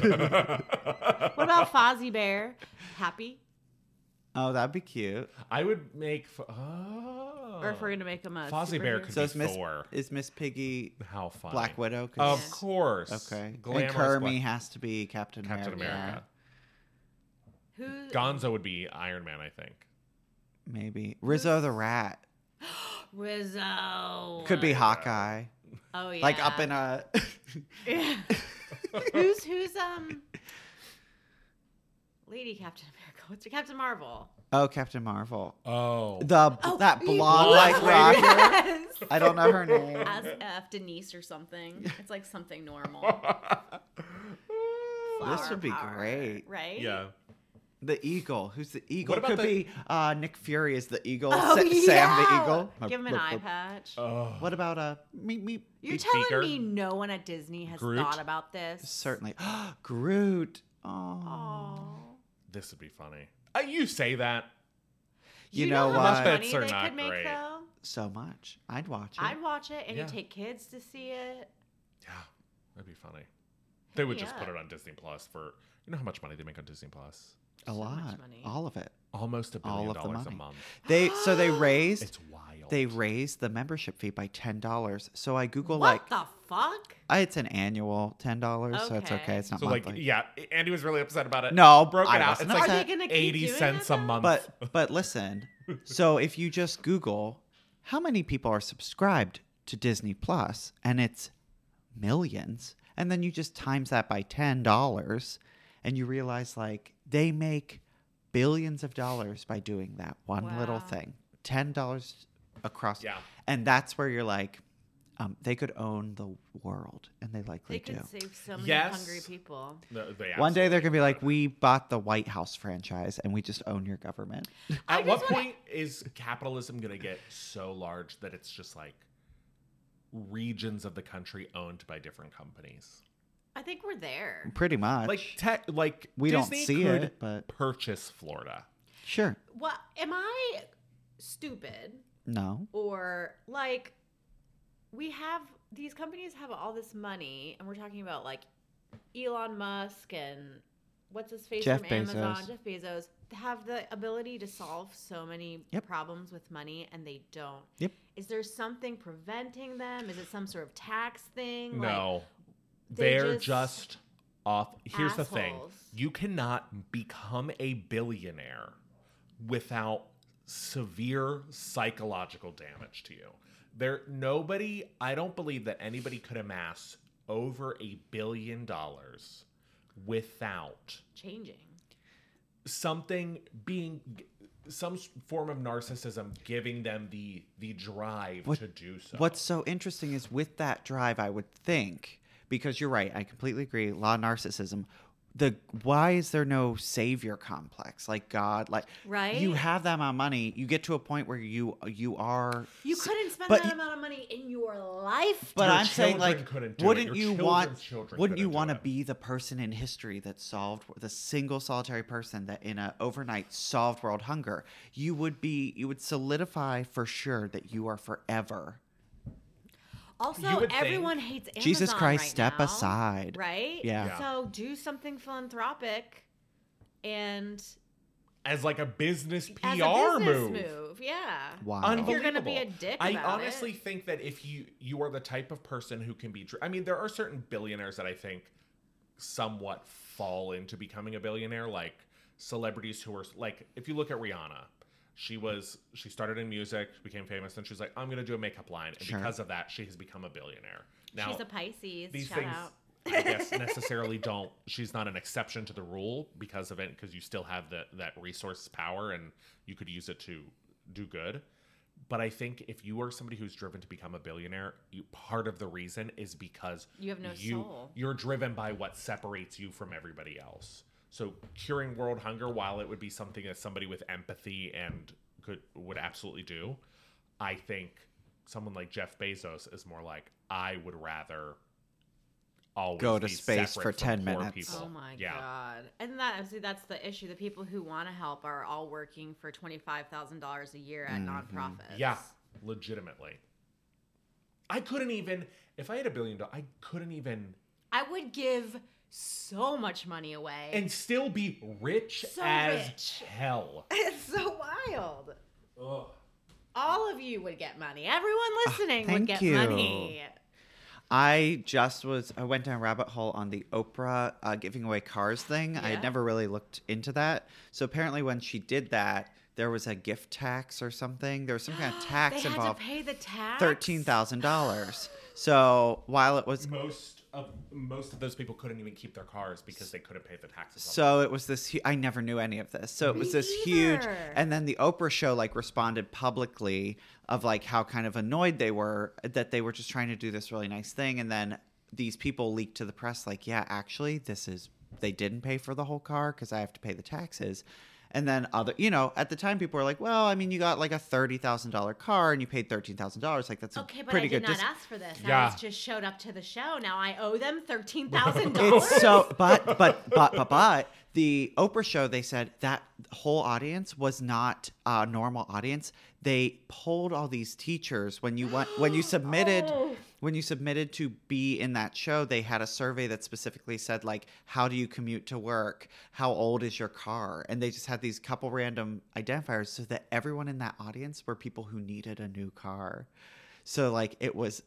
Speaker 6: about Fozzie Bear? Happy?
Speaker 5: *laughs* oh, that'd be cute.
Speaker 4: I would make. f- Oh.
Speaker 6: Or if we're gonna make him a
Speaker 4: Fozzie Bear
Speaker 6: superhero.
Speaker 4: could
Speaker 5: So
Speaker 4: be
Speaker 5: is Miss
Speaker 4: Thor.
Speaker 5: is Miss Piggy
Speaker 4: How funny.
Speaker 5: Black Widow? 'Cause-
Speaker 4: Of course.
Speaker 5: Okay. and
Speaker 4: Glamorous
Speaker 5: Kermie
Speaker 4: Black-
Speaker 5: has to be Captain,
Speaker 4: Captain
Speaker 5: America.
Speaker 4: America.
Speaker 6: Who?
Speaker 4: Gonzo would be Iron Man, I think.
Speaker 5: Maybe Rizzo the Rat
Speaker 6: Rizzo.
Speaker 5: could be Hawkeye,
Speaker 6: Oh yeah.
Speaker 5: like up in a.
Speaker 6: *laughs* Yeah. who's who's um? Lady Captain America. What's her Captain Marvel?
Speaker 5: *laughs* oh, Captain Marvel.
Speaker 4: Oh. *laughs*
Speaker 5: The that blonde like rocker.
Speaker 6: Yes.
Speaker 5: I don't know her name.
Speaker 6: As F Denise
Speaker 5: *laughs*
Speaker 6: or something. It's like something normal.
Speaker 5: This
Speaker 6: Flower
Speaker 5: would be *laughs*
Speaker 6: power,
Speaker 5: great.
Speaker 6: right?
Speaker 4: yeah.
Speaker 5: The eagle. Who's the eagle?
Speaker 4: What about
Speaker 5: Could
Speaker 4: the-
Speaker 5: be uh, Nick Fury is the eagle.
Speaker 6: Oh,
Speaker 5: Sa- Sam the
Speaker 6: yeah!
Speaker 5: eagle.
Speaker 6: Give him an eye patch.
Speaker 4: Oh,
Speaker 5: What about uh, meep meep?
Speaker 6: You're
Speaker 4: Big
Speaker 6: telling
Speaker 4: Beaker.
Speaker 6: me no one at Disney has
Speaker 4: Groot.
Speaker 6: thought about this?
Speaker 5: Certainly, *gasps* Groot. Oh,
Speaker 6: Oh.
Speaker 4: This would be funny. Uh, you say that.
Speaker 5: You know
Speaker 6: how much
Speaker 5: what?
Speaker 6: money
Speaker 4: Muppets are
Speaker 6: they
Speaker 4: not
Speaker 6: could make
Speaker 4: great.
Speaker 6: though?
Speaker 5: so much. I'd watch it.
Speaker 6: I'd watch it and
Speaker 4: Yeah.
Speaker 6: you take kids to see it.
Speaker 4: Yeah, that'd be funny. They would just
Speaker 6: Yeah.
Speaker 4: put it on Disney Plus for you know how much money they make on Disney Plus?
Speaker 5: a lot.
Speaker 6: money.
Speaker 5: All of it.
Speaker 4: Almost a billion
Speaker 5: All of the
Speaker 4: dollars a
Speaker 5: money.
Speaker 4: month.
Speaker 5: They so
Speaker 6: *gasps*
Speaker 5: they raised
Speaker 4: It's wild.
Speaker 5: they raised the membership fee by ten dollars. So I Google
Speaker 6: what
Speaker 5: like
Speaker 6: the fuck?
Speaker 5: I- it's an annual ten dollars, so it's
Speaker 6: Okay.
Speaker 5: okay. It's not
Speaker 4: so like
Speaker 5: monthly.
Speaker 4: yeah, Andy was really upset about it.
Speaker 5: No,
Speaker 4: broke it
Speaker 5: I
Speaker 4: out. It's
Speaker 5: wasn't
Speaker 4: like
Speaker 5: upset. Are
Speaker 6: they gonna keep
Speaker 4: eighty
Speaker 6: doing
Speaker 4: cents
Speaker 6: that,
Speaker 4: a
Speaker 6: though?
Speaker 4: month.
Speaker 5: But but listen, so if you just Google how many people are subscribed to Disney Plus, and it's millions, and then you just times that by ten dollars, and you realize like they make billions of dollars by doing that one little
Speaker 6: Wow.
Speaker 5: thing. Ten dollars across,
Speaker 4: Yeah.
Speaker 5: and that's where you're like, um, they could own the world, and they likely
Speaker 6: They could
Speaker 5: do.
Speaker 6: save so many
Speaker 4: Yes.
Speaker 6: hungry people.
Speaker 4: No, they
Speaker 5: One day they're
Speaker 4: absolutely
Speaker 5: gonna be like,
Speaker 4: could.
Speaker 5: we bought the White House franchise, and we just own your government.
Speaker 4: At
Speaker 6: just
Speaker 4: what
Speaker 6: wanna-
Speaker 4: point is capitalism going to get so large that it's just like regions of the country owned by different companies?
Speaker 6: I think we're there.
Speaker 5: Pretty much.
Speaker 4: Like tech, like
Speaker 5: We don't
Speaker 4: Disney
Speaker 5: see
Speaker 4: could
Speaker 5: it, but-
Speaker 4: purchase Florida.
Speaker 5: Sure.
Speaker 6: What am I stupid
Speaker 5: No.
Speaker 6: or like we have these companies have all this money and we're talking about like Elon Musk and what's his face
Speaker 5: Jeff
Speaker 6: from Amazon,
Speaker 5: Bezos.
Speaker 6: Jeff Bezos have the ability to solve so many
Speaker 5: Yep.
Speaker 6: problems with money and they don't.
Speaker 5: Yep.
Speaker 6: Is there something preventing them? Is it some sort of tax thing? Like,
Speaker 4: No,
Speaker 6: they
Speaker 4: they're
Speaker 6: just-
Speaker 4: just off. Here's the thing:
Speaker 6: Assholes.
Speaker 4: you cannot become a billionaire without severe psychological damage to you. There, nobody. I don't believe that anybody could amass over a billion dollars without
Speaker 6: changing.
Speaker 4: something being some s- form of narcissism giving them the the drive
Speaker 5: What-
Speaker 4: to do so.
Speaker 5: What's so interesting is with that drive, I would think, because you're right, I completely agree. Law narcissism. The why is there no savior complex like God? Like you
Speaker 6: Right?
Speaker 5: have that amount of money, you get to a point where you you are.
Speaker 6: You couldn't spend
Speaker 5: But
Speaker 6: that
Speaker 5: you-
Speaker 6: amount of money in your life.
Speaker 5: But
Speaker 4: Your
Speaker 5: I'm saying,
Speaker 4: children
Speaker 5: like,
Speaker 4: couldn't do it.
Speaker 5: wouldn't
Speaker 4: Your
Speaker 5: you
Speaker 4: children's
Speaker 5: want?
Speaker 4: children
Speaker 5: Wouldn't you
Speaker 4: couldn't do
Speaker 5: want to
Speaker 4: it.
Speaker 5: be the person in history that solved the single solitary person that in a overnight solved world hunger? You would be. You would solidify for sure that you are forever
Speaker 4: You
Speaker 6: Also,
Speaker 4: would think-
Speaker 6: everyone hates Amazon
Speaker 5: Jesus Christ,
Speaker 6: right
Speaker 5: step
Speaker 6: now,
Speaker 5: aside.
Speaker 6: Right?
Speaker 5: Yeah.
Speaker 4: Yeah.
Speaker 6: So do something philanthropic and
Speaker 4: as like a business PR
Speaker 6: as a business
Speaker 4: move?
Speaker 6: move. Yeah.
Speaker 5: Wow.
Speaker 6: If
Speaker 4: Unbelievable.
Speaker 6: you're gonna be a dick
Speaker 4: I
Speaker 6: about
Speaker 4: honestly
Speaker 6: it.
Speaker 4: think that if you you are the type of person who can be, dr- I mean, there are certain billionaires that I think somewhat fall into becoming a billionaire, like celebrities who are like, if you look at Rihanna, she was she started in music, became famous, and she's like, I'm gonna do a makeup line, and
Speaker 5: Sure.
Speaker 4: because of that, she has become a billionaire. Now
Speaker 6: She's a Pisces.
Speaker 4: these
Speaker 6: shout
Speaker 4: things.
Speaker 6: out.
Speaker 4: I
Speaker 6: *laughs*
Speaker 4: guess necessarily don't. She's not an exception to the rule because of it, because you still have the, that resource power and you could use it to do good. But I think if you are somebody who's driven to become a billionaire, you, part of the reason is because
Speaker 6: You have no
Speaker 4: you,
Speaker 6: soul.
Speaker 4: You're driven by what separates you from everybody else. So curing world hunger, while it would be something that somebody with empathy and could would absolutely do, I think someone like Jeff Bezos is more like I would rather always
Speaker 5: Go to
Speaker 4: be
Speaker 5: space
Speaker 4: separate
Speaker 5: for
Speaker 4: from
Speaker 5: 10
Speaker 4: poor
Speaker 5: minutes.
Speaker 4: people.
Speaker 6: Oh my
Speaker 4: yeah.
Speaker 6: god. And that see that's the issue. The people who wanna help are all working for twenty five thousand dollars a year at
Speaker 5: Mm-hmm.
Speaker 6: nonprofits.
Speaker 4: Yeah, legitimately. I couldn't even if I had a billion dollars, I couldn't even
Speaker 6: I would give so much money away.
Speaker 4: and still be rich
Speaker 6: So
Speaker 4: as
Speaker 6: rich.
Speaker 4: hell.
Speaker 6: *laughs* It's so wild. All of you would get money. Everyone listening
Speaker 5: thank
Speaker 6: would get
Speaker 5: you.
Speaker 6: money.
Speaker 5: I just was I went down a rabbit hole on the Oprah uh, giving away cars thing. I
Speaker 6: Yeah.
Speaker 5: had never really looked into that. So apparently, when she did that, there was a gift tax or something. There was some
Speaker 6: *gasps*
Speaker 5: kind of tax
Speaker 6: they
Speaker 5: involved.
Speaker 6: had to pay the tax.
Speaker 5: Thirteen thousand dollars. So while it was
Speaker 4: Most of most of those people couldn't even keep their cars because they couldn't pay the taxes. on
Speaker 5: So it was this. hu- I never knew any of this. So it was this huge.
Speaker 6: either.
Speaker 5: And then the Oprah show like responded publicly of like how kind of annoyed they were that they were just trying to do this really nice thing, and then these people leaked to the press like, yeah, actually, this is they didn't pay for the whole car because I have to pay the taxes. And then other, you know, at the time people were like, well, I mean, you got like a thirty thousand dollar car and you paid thirteen thousand dollars. Like that's
Speaker 6: Okay,
Speaker 5: a
Speaker 6: but
Speaker 5: pretty
Speaker 6: I did
Speaker 5: good.
Speaker 6: not
Speaker 5: dis-
Speaker 6: ask for this. I
Speaker 4: Yeah.
Speaker 6: was just showed up to the show. Now I owe them thirteen thousand dollars.
Speaker 5: It's so, but, but, but, but, but the Oprah show, they said that whole audience was not a normal audience. They polled all these teachers when you went, when you submitted, when you submitted to be in that show, they had a survey that specifically said like, how do you commute to work? How old is your car? And they just had these couple random identifiers so that everyone in that audience were people who needed a new car. So like it was,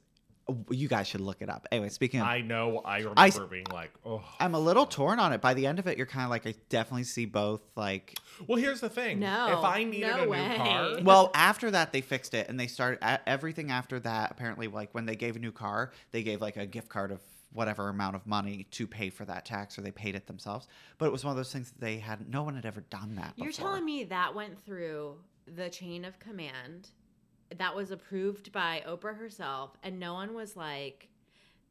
Speaker 5: you guys should look it up. Anyway, speaking of
Speaker 4: I know. I remember
Speaker 5: I s-
Speaker 4: being like, oh.
Speaker 5: I'm a little torn on it. By the end of it, you're kind of like, I definitely see both. Like,
Speaker 4: Well, here's the thing.
Speaker 6: No,
Speaker 4: If I needed
Speaker 6: no
Speaker 4: a new
Speaker 6: way.
Speaker 4: car,
Speaker 5: well, after that, they fixed it and they started a- everything after that. Apparently, like when they gave a new car, they gave like a gift card of whatever amount of money to pay for that tax, or they paid it themselves. But it was one of those things that they hadn't. No one had ever done that.
Speaker 6: *laughs* You're
Speaker 5: before.
Speaker 6: telling me that went through the chain of command that was approved by Oprah herself, and no one was like,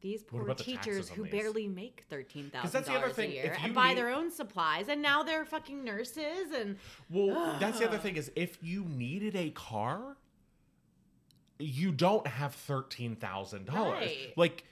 Speaker 6: these
Speaker 4: What
Speaker 6: poor
Speaker 4: about the
Speaker 6: teachers
Speaker 4: taxes on
Speaker 6: who
Speaker 4: these?
Speaker 6: barely make thirteen thousand
Speaker 4: that's the other
Speaker 6: dollars a
Speaker 4: thing,
Speaker 6: year
Speaker 4: if
Speaker 6: and
Speaker 4: you
Speaker 6: buy
Speaker 4: need-
Speaker 6: their own supplies, and now they're fucking nurses. And *gasps*
Speaker 4: well, that's the other thing is if you needed a car, you don't have thirteen thousand dollars.
Speaker 6: Right.
Speaker 4: Like,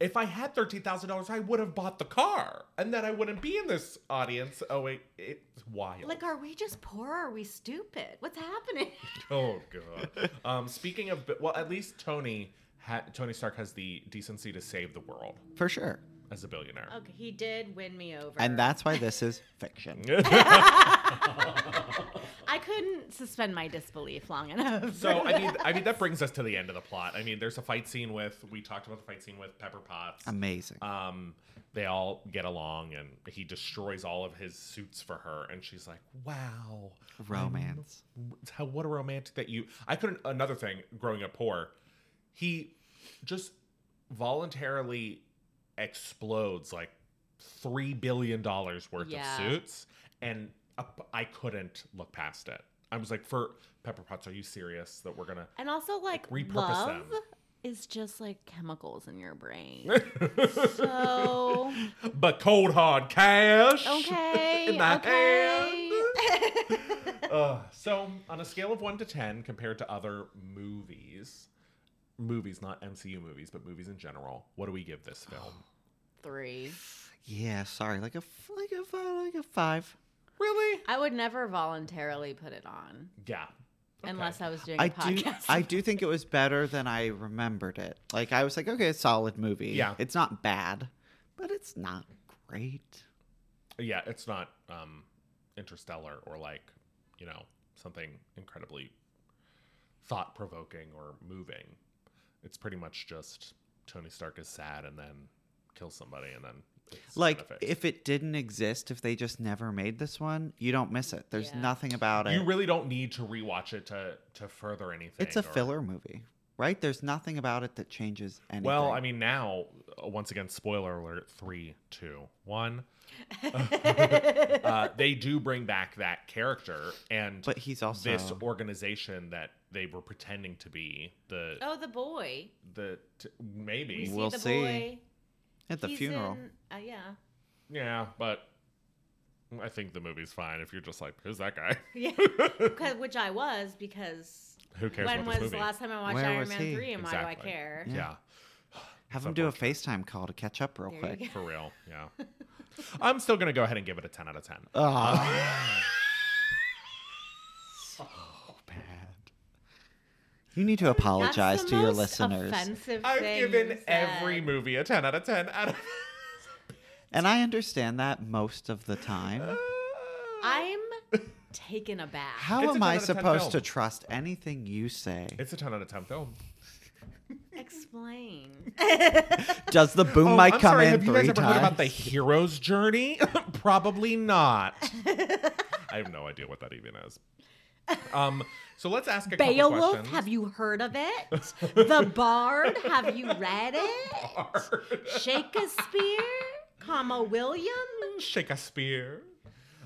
Speaker 4: if I had thirteen thousand dollars, I would have bought the car, and then I wouldn't be in this audience. Oh wait, it's wild.
Speaker 6: like, are we just poor? Or are we stupid? What's happening?
Speaker 4: *laughs* Oh god. um, speaking of, well, at least Tony, ha- Tony Stark has the decency to save the world
Speaker 5: for sure,
Speaker 4: as a billionaire.
Speaker 6: *laughs* okay, he did win me over,
Speaker 5: and that's why this is fiction.
Speaker 6: I couldn't suspend my disbelief long *laughs* enough.
Speaker 4: So I mean, I mean
Speaker 6: *laughs*
Speaker 4: that brings us to the end of the plot. I mean, there's a fight scene with we talked about the fight scene with Pepper Potts.
Speaker 5: Amazing.
Speaker 4: Um, they all get along, and he destroys all of his suits for her, and she's like, "Wow,
Speaker 5: Romance.
Speaker 4: it's how what a romantic that you." I couldn't. Another thing, growing up poor, he just voluntarily explodes like three billion dollars worth
Speaker 6: Yeah.
Speaker 4: of suits, and up- I couldn't look past it. I was like, "For Pepper Potts, are you serious that we're gonna?"
Speaker 6: And also, like,
Speaker 4: repurpose
Speaker 6: love
Speaker 4: them.
Speaker 6: is just like chemicals in your brain. *laughs* so
Speaker 4: *laughs* but cold hard cash.
Speaker 6: okay,
Speaker 4: In my
Speaker 6: okay.
Speaker 4: Uh, so, on a scale of one to ten, compared to other movies, movies not MCU movies, but movies in general, what do we give this film?
Speaker 5: *sighs*
Speaker 6: Three.
Speaker 5: yeah, sorry, like a f- like a fi- like a five.
Speaker 4: Really?
Speaker 6: I would never voluntarily put it on
Speaker 4: Yeah.
Speaker 6: unless I was doing a
Speaker 5: I do.
Speaker 6: podcast. *laughs*
Speaker 5: I do think it was better than I remembered it. Like I was like, okay, it's a solid movie.
Speaker 4: Yeah.
Speaker 5: it's not bad, but it's not great.
Speaker 4: Yeah, it's not um, Interstellar or like you know something incredibly thought provoking or moving. It's pretty much just Tony Stark is sad and then kills somebody and then it's
Speaker 5: Like
Speaker 4: kinda fixed.
Speaker 5: if it didn't exist, if they just never made this one, you don't miss it. There's
Speaker 6: Yeah.
Speaker 5: nothing about it.
Speaker 4: you really don't need to rewatch it to to further anything.
Speaker 5: it's a
Speaker 4: or-
Speaker 5: filler movie, right? There's nothing about it that changes anything.
Speaker 4: Well, I mean, now uh, once again, spoiler alert: three, two,
Speaker 5: *laughs*
Speaker 4: one. uh, they do bring back that character and
Speaker 5: but he's also
Speaker 4: this organization that they were pretending to be the
Speaker 6: oh, the boy.
Speaker 4: the t- maybe
Speaker 6: We see
Speaker 5: We'll
Speaker 6: the
Speaker 5: see.
Speaker 6: boy
Speaker 5: at the
Speaker 6: He's
Speaker 5: funeral.
Speaker 6: in- uh, yeah. *laughs*
Speaker 4: yeah, but I think the movie's fine if you're just like, who's that
Speaker 6: *laughs*
Speaker 4: guy? *laughs*
Speaker 6: Yeah. 'Cause- which I was because *laughs*
Speaker 4: Who cares
Speaker 6: when
Speaker 4: about this
Speaker 6: was the
Speaker 4: movie?
Speaker 6: last time I watched
Speaker 5: Where
Speaker 6: Iron
Speaker 5: was
Speaker 6: Man
Speaker 5: he?
Speaker 6: 3 and why do I
Speaker 4: Exactly.
Speaker 6: care?
Speaker 4: yeah.
Speaker 5: Have him do a FaceTime call to catch up real
Speaker 6: There you
Speaker 5: quick.
Speaker 6: go.
Speaker 4: For real,
Speaker 6: *laughs*
Speaker 4: yeah. I'm still gonna go ahead and give it a ten out of ten.
Speaker 5: Uh, Ah. *laughs* so bad. You need to
Speaker 6: That's the
Speaker 5: apologize to your
Speaker 6: most
Speaker 5: listeners.
Speaker 6: offensive
Speaker 4: I've
Speaker 6: thing you
Speaker 4: given
Speaker 6: said.
Speaker 4: every movie a ten out of ten. Out of *laughs*
Speaker 5: And I understand that most of the time.
Speaker 4: *laughs*
Speaker 6: I'm taken aback.
Speaker 5: How
Speaker 4: It's a
Speaker 5: am
Speaker 4: 10
Speaker 5: I
Speaker 4: out of 10
Speaker 5: supposed to
Speaker 4: film.
Speaker 5: trust anything you say?
Speaker 4: it's a ten out of ten film.
Speaker 6: Explain.
Speaker 5: *laughs* Does
Speaker 4: *laughs*
Speaker 5: the boom mic come in
Speaker 4: Oh, have you
Speaker 5: three
Speaker 4: guys ever
Speaker 5: times?
Speaker 4: heard about the hero's journey? *laughs* Probably
Speaker 6: *laughs*
Speaker 4: not. I have no idea what that even is. Um, so let's ask a *laughs* couple
Speaker 6: Beowulf,
Speaker 4: questions. *laughs*
Speaker 6: have you heard of it? the Bard, have you read it? Shakespeare, comma William.
Speaker 4: Shake a spear.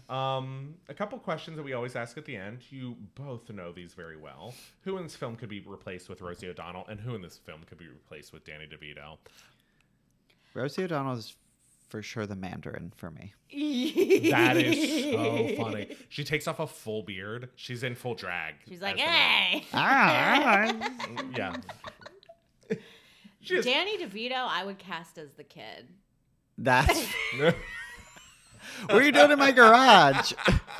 Speaker 4: Um, a couple questions that we always ask at the end. You both know these very well. Who in this film could be replaced with Rosie O'Donnell, and who in this film could be replaced with Danny DeVito?
Speaker 5: Rosie O'Donnell is for sure the Mandarin
Speaker 4: *laughs*
Speaker 5: for me.
Speaker 6: *laughs*
Speaker 4: That is so funny. She takes off a full beard. She's in full drag.
Speaker 6: She's like,
Speaker 4: as the man.
Speaker 6: hey.
Speaker 4: Yeah.
Speaker 6: Danny DeVito, I would cast as the kid.
Speaker 4: *laughs*
Speaker 5: That's *laughs* what are you doing in my garage?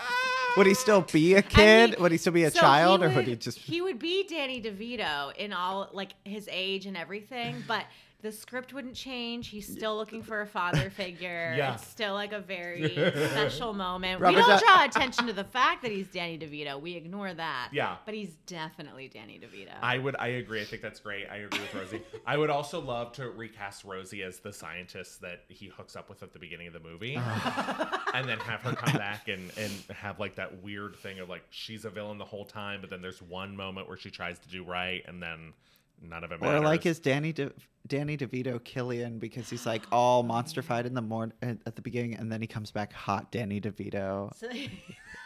Speaker 5: *laughs* would he still be a
Speaker 6: I
Speaker 5: kid?
Speaker 6: mean,
Speaker 5: would he still be a
Speaker 6: so
Speaker 5: child, or would he just?
Speaker 6: He would be Danny DeVito in all like his age and everything, but the script wouldn't change. He's still looking for
Speaker 4: *laughs*
Speaker 6: a father figure.
Speaker 4: Yeah.
Speaker 6: It's still like
Speaker 4: *laughs*
Speaker 6: a very special moment.
Speaker 5: Robert
Speaker 6: we don't
Speaker 5: Dau-
Speaker 6: draw attention to the fact that he's Danny DeVito. We ignore that.
Speaker 4: Yeah.
Speaker 6: But he's definitely Danny DeVito.
Speaker 4: I would. I agree. I think that's great. I agree with
Speaker 5: *laughs*
Speaker 4: Rosie. I would also love to recast Rosie as the scientist that he hooks up with at the beginning of the movie,
Speaker 5: Uh.
Speaker 4: *laughs* and then have her come back and and have like that weird thing of like she's a villain the whole time, but then there's one moment where she tries to do right, and then none of it
Speaker 5: Or
Speaker 4: matters.
Speaker 5: like is Danny De- Danny DeVito Killian because he's like all monsterfied in the morning at the beginning, and then he comes back hot Danny DeVito
Speaker 6: *laughs* So-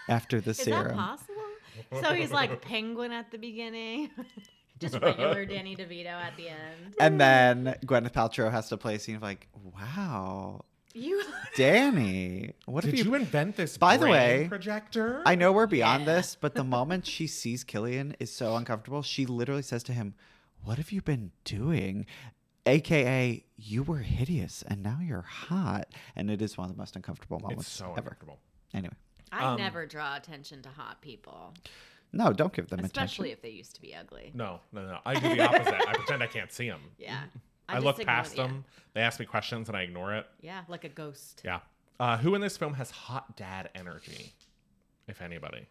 Speaker 5: after the
Speaker 6: is that
Speaker 5: serum.
Speaker 6: possible? So
Speaker 4: *laughs*
Speaker 6: he's like penguin at the beginning. *laughs* Just regular Danny DeVito at
Speaker 4: *laughs*
Speaker 6: the end.
Speaker 5: And then Gwyneth Paltrow has to play a scene of like, wow,
Speaker 6: You
Speaker 5: Danny, what
Speaker 4: Did
Speaker 5: have
Speaker 4: you
Speaker 5: you?
Speaker 4: invent this?
Speaker 5: By the
Speaker 4: brain
Speaker 5: way,
Speaker 4: projector.
Speaker 5: I know we're beyond this, but the moment she sees Killian is so uncomfortable, she literally says to him, "What have you been doing?" AKA, you were hideous and now you're hot, and it is one of the most uncomfortable moments
Speaker 4: It's so
Speaker 5: ever.
Speaker 4: uncomfortable.
Speaker 5: Anyway,
Speaker 6: I
Speaker 4: Um,
Speaker 6: never draw attention to hot people,
Speaker 5: no, don't give them
Speaker 6: especially
Speaker 5: attention.
Speaker 6: if they used to be ugly.
Speaker 4: No, no, no. I do the opposite. I pretend I can't see him.
Speaker 6: *laughs* Yeah.
Speaker 4: Mm-hmm. I,
Speaker 6: just
Speaker 4: look
Speaker 6: ignore
Speaker 4: past
Speaker 6: the-
Speaker 4: them. They ask me questions and I ignore it.
Speaker 6: Yeah, like a ghost.
Speaker 4: Yeah. Uh, who in this film has hot dad energy, if anybody?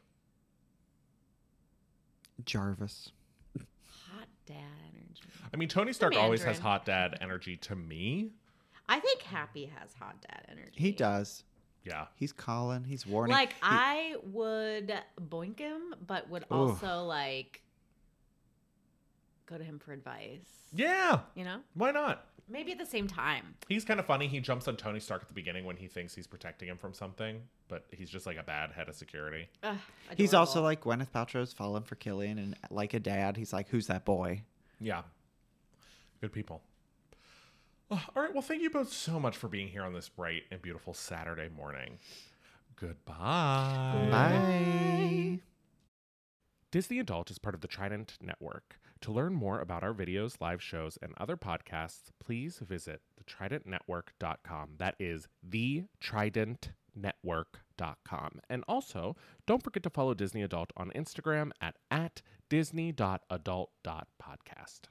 Speaker 5: Jarvis.
Speaker 6: Hot dad energy.
Speaker 4: I mean, Tony Stark always has
Speaker 6: Mandarin.
Speaker 4: hot dad energy to me.
Speaker 6: I think Happy has hot dad energy.
Speaker 5: He does.
Speaker 4: Yeah.
Speaker 5: He's calling. He's warning.
Speaker 6: Like
Speaker 5: He-
Speaker 6: I would boink him, but would also like go to him for advice.
Speaker 4: Yeah.
Speaker 6: You know,
Speaker 4: Why not?
Speaker 6: maybe at the same time.
Speaker 4: He's kind of funny. He jumps on Tony Stark at the beginning when he thinks he's protecting him from something, but he's just like a bad head of security.
Speaker 6: Ugh,
Speaker 5: He's also
Speaker 6: adorable.
Speaker 5: like Gwyneth Paltrow's fallen for Killian, and like a dad, he's like, "Who's that boy?"
Speaker 4: Yeah. Good people. Oh, all right. Well, thank you both so much for being here on this bright and beautiful Saturday morning. Goodbye.
Speaker 5: Bye.
Speaker 4: Disney Adult is part of the Trident Network. To learn more about our videos, live shows, and other podcasts, please visit thetridentnetwork.com. That is thetridentnetwork.com. And also, don't forget to follow Disney Adult on Instagram at, at disney.adult.podcast.